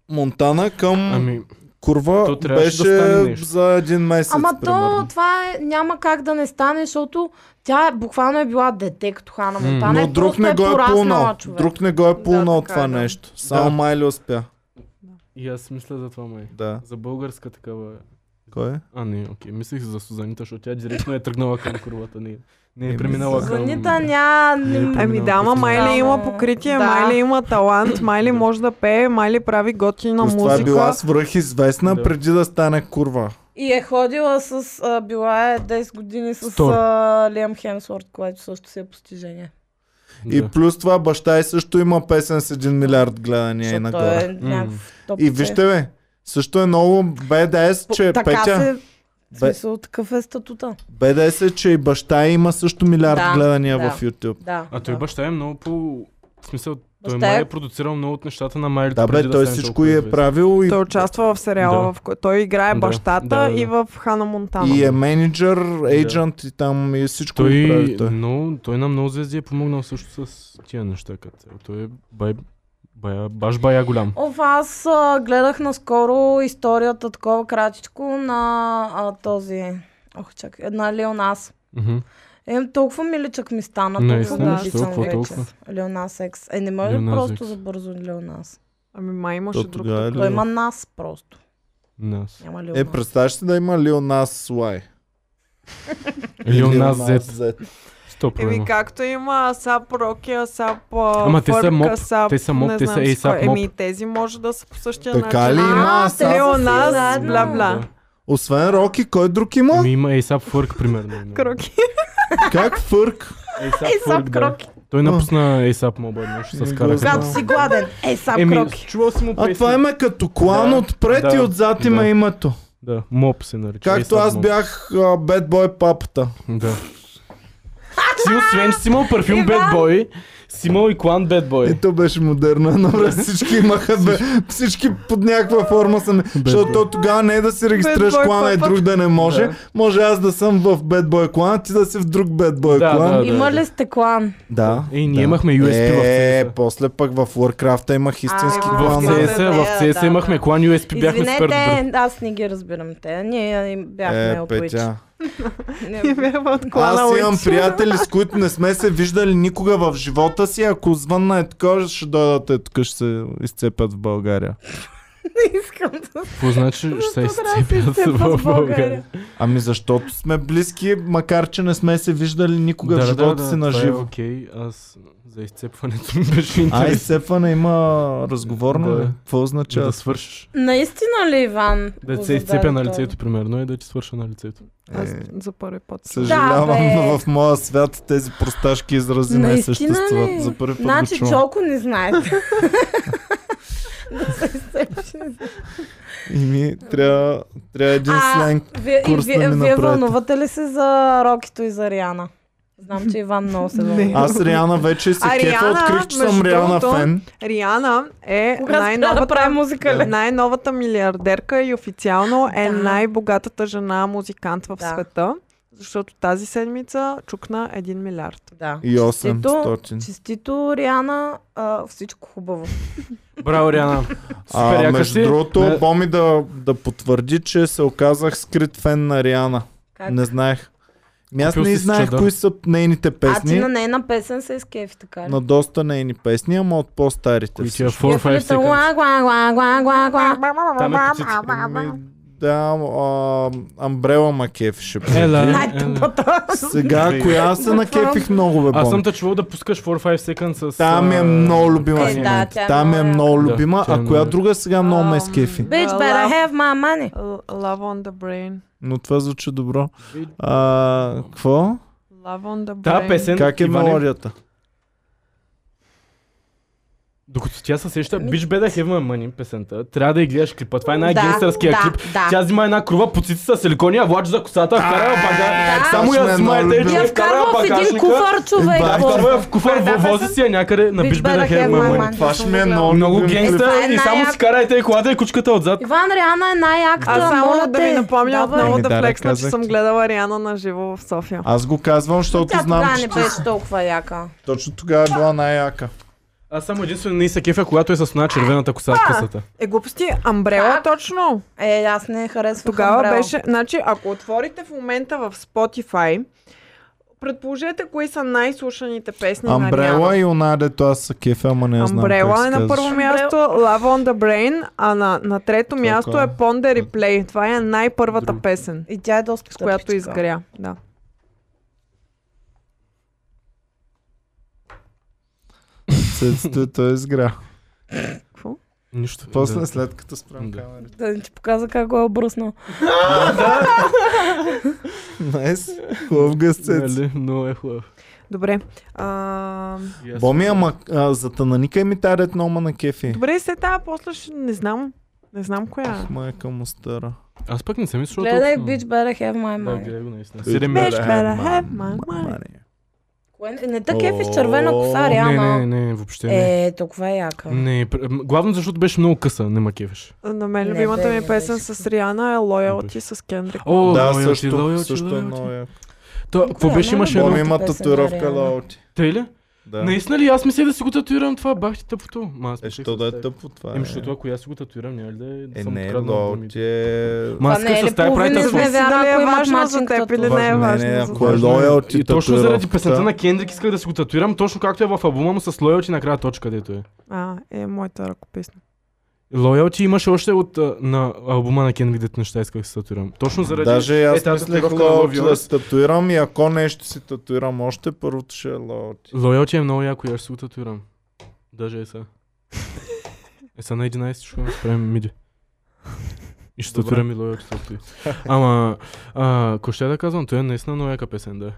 Монтана към Ами, Курва то трябваше беше да стане нещо. за един месец. Ама то примерно. това е, няма как да не стане, защото тя е- буквално е била дете като Хана М. Монтана. Но и друг просто не го е пораснала, пълнал. човек. Друг не го е Да, пълнал така това е, да. нещо. Само Да. Майли успя. и аз мисля за това май. Да. За българска такава. е. Кой е? А, не, окей. Мислих за Сузанита, защото тя директно е тръгнала към курвата. Не, не е Еми, преминала към... Ами, Зенита ня... Не е м, преминала Ами да, към ама Майли Да, има да. покритие, Да. Майли има талант, Майли може да пее, Майли прави готина Плюс това е била музика. свръхизвестна Да. преди да стане курва. И е ходила с... А, била е 10 години с Стор. а, Лиам Хемсворт, което също си е постижение. Да. И плюс това баща и също има песен с 1 милиард гледания и Защото нагоре. е някакъв топ. И вижте бе, също е много BDS, че така Петя, се... В Бе- смисъл, такъв е статута. BDS е, че и баща й има също милиард Да, гледания да. в YouTube. Да. А той да. баща е много по... В смисъл, той Баща е- май е продуцирал много от нещата на Майли. Да бе, той всичко и е правил и, Той участва в сериала, Да. в който той играе Да, бащата да, да. и в Хана Монтана. и е менеджер, agent и там и всичко Той, той... прави той. Но, той на много звезди е помогнал също с тия неща. Като. цяло. Той е бай, бая, баш бая голям. Оф, аз а, гледах наскоро историята, такова кратичко, на а, този... Ох, чакай, една Леонас. Мгм. Е, толкова миличък ми стана, Не, толкова да, го защо, обичам какво вече. толкова? Леонас Екс. Е, не може ли Леонас просто Екс. за бързо Леонас? Ами май То имаше друг. тогава е такъв. Той Лео. има нас просто. Нас. Няма Леонас. Е, представяш си да има Лил Нас Лай. Или у нас Z. Z. Сто Еми проблема. както има Асап Роки, Асап а, Ама те са Фърк, моп. Асап, Те са моп, не те са е, знам си A$AP кой. моп. Еми и тези може да са по същия Така начин. ли има А, Асап? те Лео нас, заедно. бла-бла. Освен Роки, кой друг има? Ми има ASAP Фърк, примерно. нали? не? Кроки. Как фърк? A$AP Ей, Фърк, да. кроки. Той напусна ASAP Mobile, нали, нещо Не с го караха. знам. Когато си гладен. Ей, сап Еми, кроки. чувал си му А песни. това има като клан Да, отпред да, и отзад има да. името. Да, Моб се нарича. Както A$AP аз Mob. бях а, Bad Boy папата. Да. Ти освен, че си имал парфюм Bad Boy, си имал и клан Bad Boy. И то беше модерно, но всички имаха, бе, всички под някаква форма са, ми- защото Boy. то тогава не е да си регистрираш Boy клана и Club. друг да не може, Да. може аз да съм в Bad Boy клан, ти да си в друг Bad Boy Да, клан. да. Има ли сте клан? Да. Е, ние да. имахме USP в Е, CS. после пък в Warcraft имах истински А, В клан. да, CS, в да, CS да, имахме да. клан USP, бяхме супер добри. Извинете, аз не ги разбирам те. Ние им бяхме Е, опричи. Петя. И бяха е от клана Аз имам Уич. приятели, с които не сме се виждали никога в живота си. Ако звънна е така, ще дойдат е тук, ще се изцепят в България. Не искам да... Какво значи ще се Защо трябва да се изцепят изцепват в в България? България? Ами защото сме близки, макар че не сме се виждали никога в живота си на това е живо. Окей, аз за изцепването ми беше А интересно. изцепване има разговорно ли? Да. Какво Че означава? да свършиш. Наистина ли, Иван? Да го ти се изцепя на зададе лицето, примерно, и да ти свърша на лицето. Аз Е, за първи път. чух. Съжалявам, Да, бе. но в моя свят тези просташки изрази не Наистина съществуват. ли? За първи път Значи го чувам. Чолко не знаете. да се изцепиш. И ми трябва, трябва един сленг. вие, и курс да вие, ми вие направите. вълнувате ли се за Рокито и за Риана? Знам, че Иван много се вълнува. Аз Риана вече се А, кефа, Риана, открих, че съм между Риана другото, фен. Риана е Кога спря да най-новата, прави музика ли? най-новата милиардерка и официално е Да. най-богатата жена музикант в Да. света. Защото тази седмица чукна 1 милиард. Да. И Честито, 800. честито Риана, а, всичко хубаво. Браво, Риана. Супер, А, яка между си. другото, Не- Боми да, да потвърди, че се оказах скрит фен на Риана. Как? Не знаех. Ми аз Купил не си си знаех чадър. кои са нейните А ти песни. на нейна песен се изкефи, така ли? На доста нейни песни, ама от по-старите. Кои ти е всъщност. 4-5 seconds? гла, гла, гла, гла, гла, гла. Там е птица. Ами, Да, а, Амбрела ма кефеше. преди. Ела, ела. Най-тъпата. Сега, Бе. коя се накефих много, бе, Аз Боми? съм те чувал да пускаш 4-5 seconds с... Там ми е а, много любима Е, в да, момента. тя е Там ми е много много яка. любима, Да, тя е а коя много друга сега много ме Ам, скефи. Bitch, better have my money. L- Love on the brain. Но това звучи добро. А, какво? Love on the brain. Та песен, Как е Иване, мелодията? Докато тя се сеща, Ми- Бич бе да хевме мъни песента, трябва да я гледаш клипа. Това е най-гейстърския Ами, да, клип. Да, Тя взима една крува, подсити с силикони, а влачи за косата, вкара я в багаж. Да. Само я Точно е смайте, много че И я я вкарва вкара в в един багажника. куфар, човек. Да, Да, вкарва я в куфар, Коя е тая въвози песен? си я някъде на Bitch, Бич бе better да have хевме my мъни. money. Това ще ми е много Много любим клип. гейста е и само най-як. си карайте колата и кучката отзад. Иван Риана е А най-акта, само моля да те. ви напомня Давай. отново Ами, да, да да, флексна, че казах съм ти. гледала Риана на живо в София. Аз го казвам, защото Тя знам, тогава че не ти- беше толкова яка. точно тогава е била най-яка. Аз само единствено не се кефя, когато е с една червената коса в късата. Е, глупости, Амбрела Как? точно. Е, аз не харесвах Тогава Umbrella. беше, значи ако отворите в момента в Spotify, предположете кои са най-слушаните песни на Амбрела Риана. и она, дето аз се кефя, ама не я знам как Амбрела се е на казваше. първо място, Love on the Brain, а на, на трето място кой е е? Ponder Replay. Това е най-първата Друг. песен, И тя е доста с която тъпичка. изгря. Да. Цецето и той изгря. Какво? Нищо. е После Да. след като спрям Да. камерите. Да не ти показа как го е обръснал. Найс. Хубав гъстец. Нали, много е хубаво. Добре. А, Боми, ама а, за тананикай ми тази ред нома на кефи. добре, се тази, после ще... не знам. Не знам коя. Майка му стара. Аз пък не съм и слушал. Гледай толкова. Bitch Better Have My Да, Money. гледай го наистина. Седем Bitch минути. better have my money. Кое- Не такъв и с червена коса, Не, не, Риана. не, въобще не. Е, толкова е яка. Не, пр- м, главно защото беше много къса, не макеваш. На мен Не, любимата бе, ми не песен беше. с Риана е Loyalty с Кендрик. О, Да, loyalty, също, loyalty, също е loyalty. много яко. То, какво Коя? беше Не, имаше не, Боми едно? не. има песен, да, татуировка реално. лаоти. Тъй ли? Да. Наистина ли? Аз мисля да си го татуирам това, бах ти тъпото. Ма, аз Е, мислех що да с е теб. тъпо това? Еми, защото ако и аз си го татуирам, няма ли да е- да Е, съм не, откраднал лаоти думите. е... Ма, аз Това не е искам ли да ставя правите половина с Не Не, знам вярно, дали е ако имаш важно за начин, теб като- или не е Важно, важно. не, за ако теб. е loyalty И точно заради татуировката- песента на Кендрик исках да си го татуирам, точно както е в албума му с Loyalty накрая точка, дето е. А, е моята ръкописна. Loyalty имаше още от а, на албума на Кендрик, дето неща исках да се татуирам. Точно заради... е, Даже и аз тази мислех татуировка на лаоти Love да Yours. се татуирам и ако нещо си татуирам още, първото ще е лаоти. Loyalty е много яко, и аз ще си го татуирам. Даже е са. Е са на 11 ще го спрем миди. И ще Добре. татуирам и Loyalty татуи. Ама, а, ако ще да казвам, той е наистина много яка песен, да.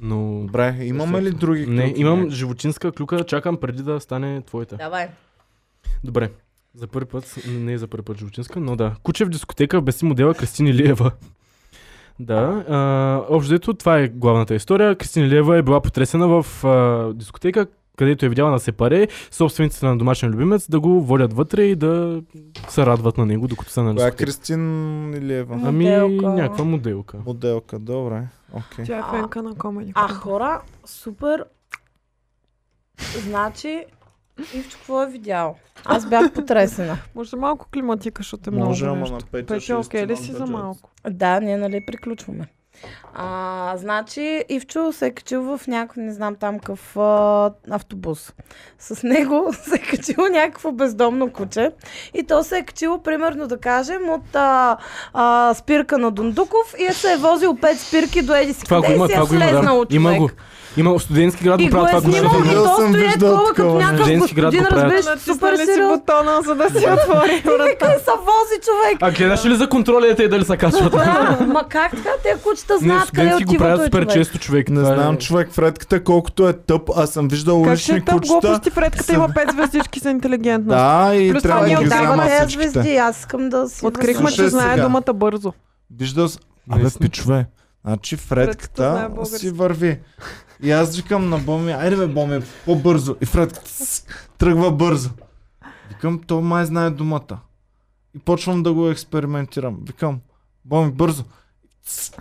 Но... Добре, имаме ли други Не, клюки? имам животинска клюка, чакам преди да стане твоята. Давай. Добре. За първи път, не е за първи път животинска, но да. Куче в дискотека без си модела Кристини Лиева. Да, а, общо взето това е главната история. Кристина Лева е била потресена в а, дискотека, където е видяла на сепаре собствениците на домашен любимец да го водят вътре и да се радват на него, докато са на Коя е дискотека. Кристин или Ева? Ами, Моделка. някаква моделка. Моделка, добре. Окей. Тя е А- фенка на комеди. А хора, супер. Значи, Ивчо, какво е видял? Аз бях потресена. Може малко климатикаш от е много Може, ама нещо. на Петя ще Петя, окей ли изцелам си за бюджет. малко? Да, ние нали приключваме. А, значи, Ивчо се е качил в някакъв, не знам там какъв а, автобус. С него се е качило някакво бездомно куче. И то се е качило, примерно да кажем, от а, а, спирка на Дундуков и е се е возил пет спирки до Еди си. Това го къде и има, си е това го има, слезнал да. от Има човек. го. Има в студентски град И го го правят е това го снимал направи. и Видял то съм, стои виждал такова като такова. някакъв Женски град го господин, правят. разбираш, супер Натисна ли Значи си сериозно. бутона, за да си отвори Как врата? се вози човек? А гледаш ли за контролите и дали се качват? Да, Ма как така? Те кучета Не, знаят къде студентски го отива правят той супер човек. често човек. Не Това е- знам човек в редката колкото е тъп, аз съм виждал Как ще улични е там кучета. глупости, Фредката има пет звездички за интелигентност. Да, и Плюс трябва това е да ни ги отдава знам тези Давате аз всичките. Ами звезди, аз искам да си... Открихме, Слушай че знае сега. думата бързо. Виждал с... Абе, Наистина. пичове. Значи Фредката знае Фредката български. си върви. И аз викам на Боми, айде бе Боми, по-бързо. И Фредката «Тс», тръгва бързо. Викам, то май знае думата. И почвам да го експериментирам. Викам, Боми, бързо. «Тс»,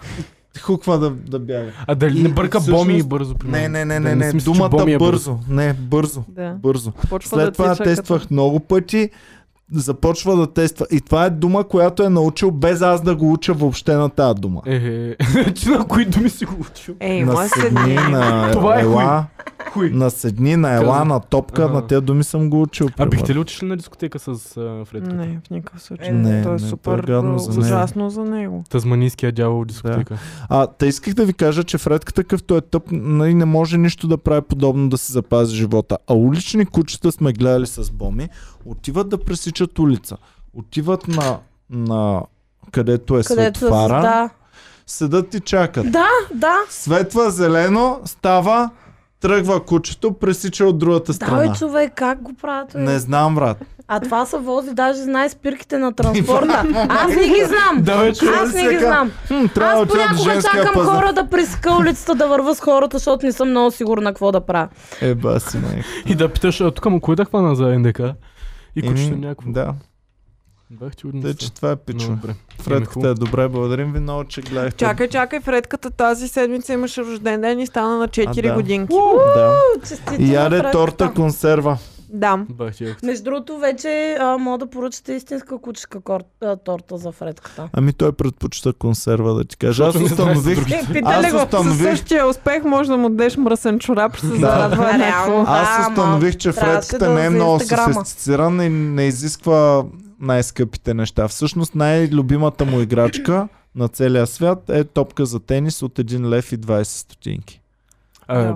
и Хуква да, да бяга. А дали не И бърка всъщност- боми и бързо? Не, примерно? не, не, Да не, си не. мисля, че Думата Боми е бързо. Не, бързо. Да. Бързо. Почва да След това я тича като- тествах много пъти, започва да тества. И това е дума, която е научил без аз да го уча въобще на тази дума. Е, е, че на кои думи си го учил? Е, Ей, на моя седни, седни. на Това е ела, Хуй. на седни, на ела, Казвам. на топка, Ага. на тези думи съм го учил. А примерно. бихте ли отишли на дискотека с а, Фредката? Не, в никакъв случай. Не, Той не, е то е супер гадно а, за него. ужасно за него. Тазманийския дявол дискотека. А, та исках да ви кажа, че Фредката къвто е тъп, нали, не може нищо да прави подобно да си запази живота. А улични кучета сме гледали с боми, отиват да пресичат улица. Отиват на, на където е Където където светфара, да. седат и чакат. Да, да. Светва зелено, става, тръгва кучето, пресича от другата Да, бе, страна. човек, как го правят? бе? не знам, брат. А това са вози, даже знае спирките на транспорта. Аз не ги знам. Да, вече. Аз не ги Сега, знам. Хм, трябва да Аз отида до понякога женския чакам пазар. хора да пресека улицата да върва с хората, защото не съм много сигурна какво да правя. Еба си, майка. И да питаш, а тук му кой да хвана за НДК? И кучето Еми, някакво. Да, Бах ти удно. тъй, че това е пичо. Добре. Еми, Фредката хубаво. е добре, благодарим ви много, че гледахте. Чакай, чакай, Фредката тази седмица имаше рожден ден и стана на 4 А, да. годинки. Да. Честито И на яде Фредката. торта консерва. Да. Бах ти якото. Между другото, вече а, мога да поръчате истинска кучешка кор... а, торта за фредката. Ами той предпочита консерва, да ти кажа. Аз Защото не знае за установих. други. Е, питали Аз го, със установих- същия успех може да му дадеш мръсен чорап, ще се зарадва Да, еднакво. реално. Аз Ама, установих, че трябваше фредката да не е за много Инстаграма. софистицирана и не изисква най-скъпите неща. Всъщност най-любимата му играчка на целия свят е топка за тенис от 1 лев и 20 стотинки. А, Да.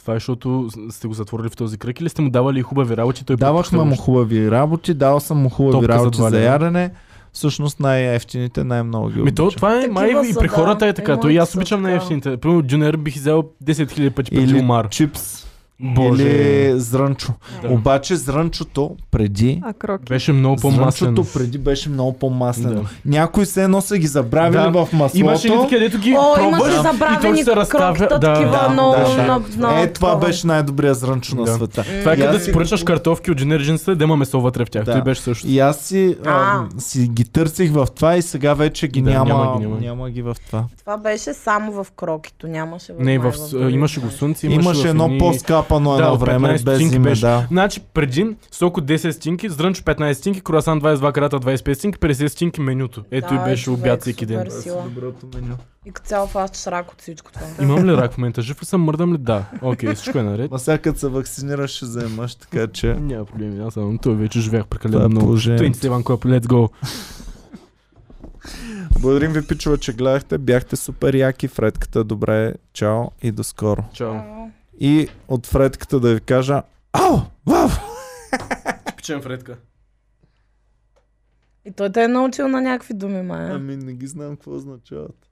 Това е защото сте го затворили в този кръг или сте му давали хубави работи? Той Давахме предпочита му нещо? хубави работи, дал съм му хубави Топка за работи два за, лева. ядене. Всъщност най-ефтините най-много ги Ми то, обича. това е Такива май и са, при да. хората е И така. Той моите и аз са обичам така. на ефтините. Примерно Джуниор бих изял 10 000 пъти преди е Омар. чипс. Боже. Или зрънчо. Да. Обаче зрънчото преди А кроки. Беше много по-маслен. Зрънчото преди беше много по-маслено. Да. Някои се едно са ги забравили Да. в маслото. Имаше ли такива, дето ги О, имаше пробваш и той забравени ще се разтравя. крокета, такива да, много, да, да. много, много. е, това такова. беше най-добрият зрънчо на Да. света. Това е И като да аз си си- поръчаш картофки от Дженер джинсата, да има месо вътре в тях. Да. Той беше също. И аз си, А. а, си ги търсих в това и сега вече ги Да, няма, няма няма, ги, ги, няма. в това. Това беше само в крокито, нямаше в Не, май в, в а, други имаше го неща. слънце, имаше, Имаше, в едно едни- по-скапано Да, едно от време 15 без стинки име, беше. да. Значи преди сок от 10 стинки, зрънчо 15 стинки, круасан 22 карата 25 стинки, 50 стинки менюто. Да, Ето и беше човек, обяд всеки супер ден. си. Сила. Доброто меню. И като цял фащаш рак от всичко това. Имам ли рак в момента? Жив ли съм, мърдам ли? Да. Окей, всичко е наред. Ма сега като се вакцинираш ще вземаш, така че... Няма проблеми, аз съм. Той вече живях Това прекалено е много. положението. 27 Club, let's go. Благодарим ви, пичува, че гледахте. Бяхте супер яки. Фредката добре. Чао и до скоро. Чао. И от Фредката да ви кажа... Ау! Вау! Пичен Фредка. И той те е научил на някакви думи, Майя. Ами не ги знам какво означават.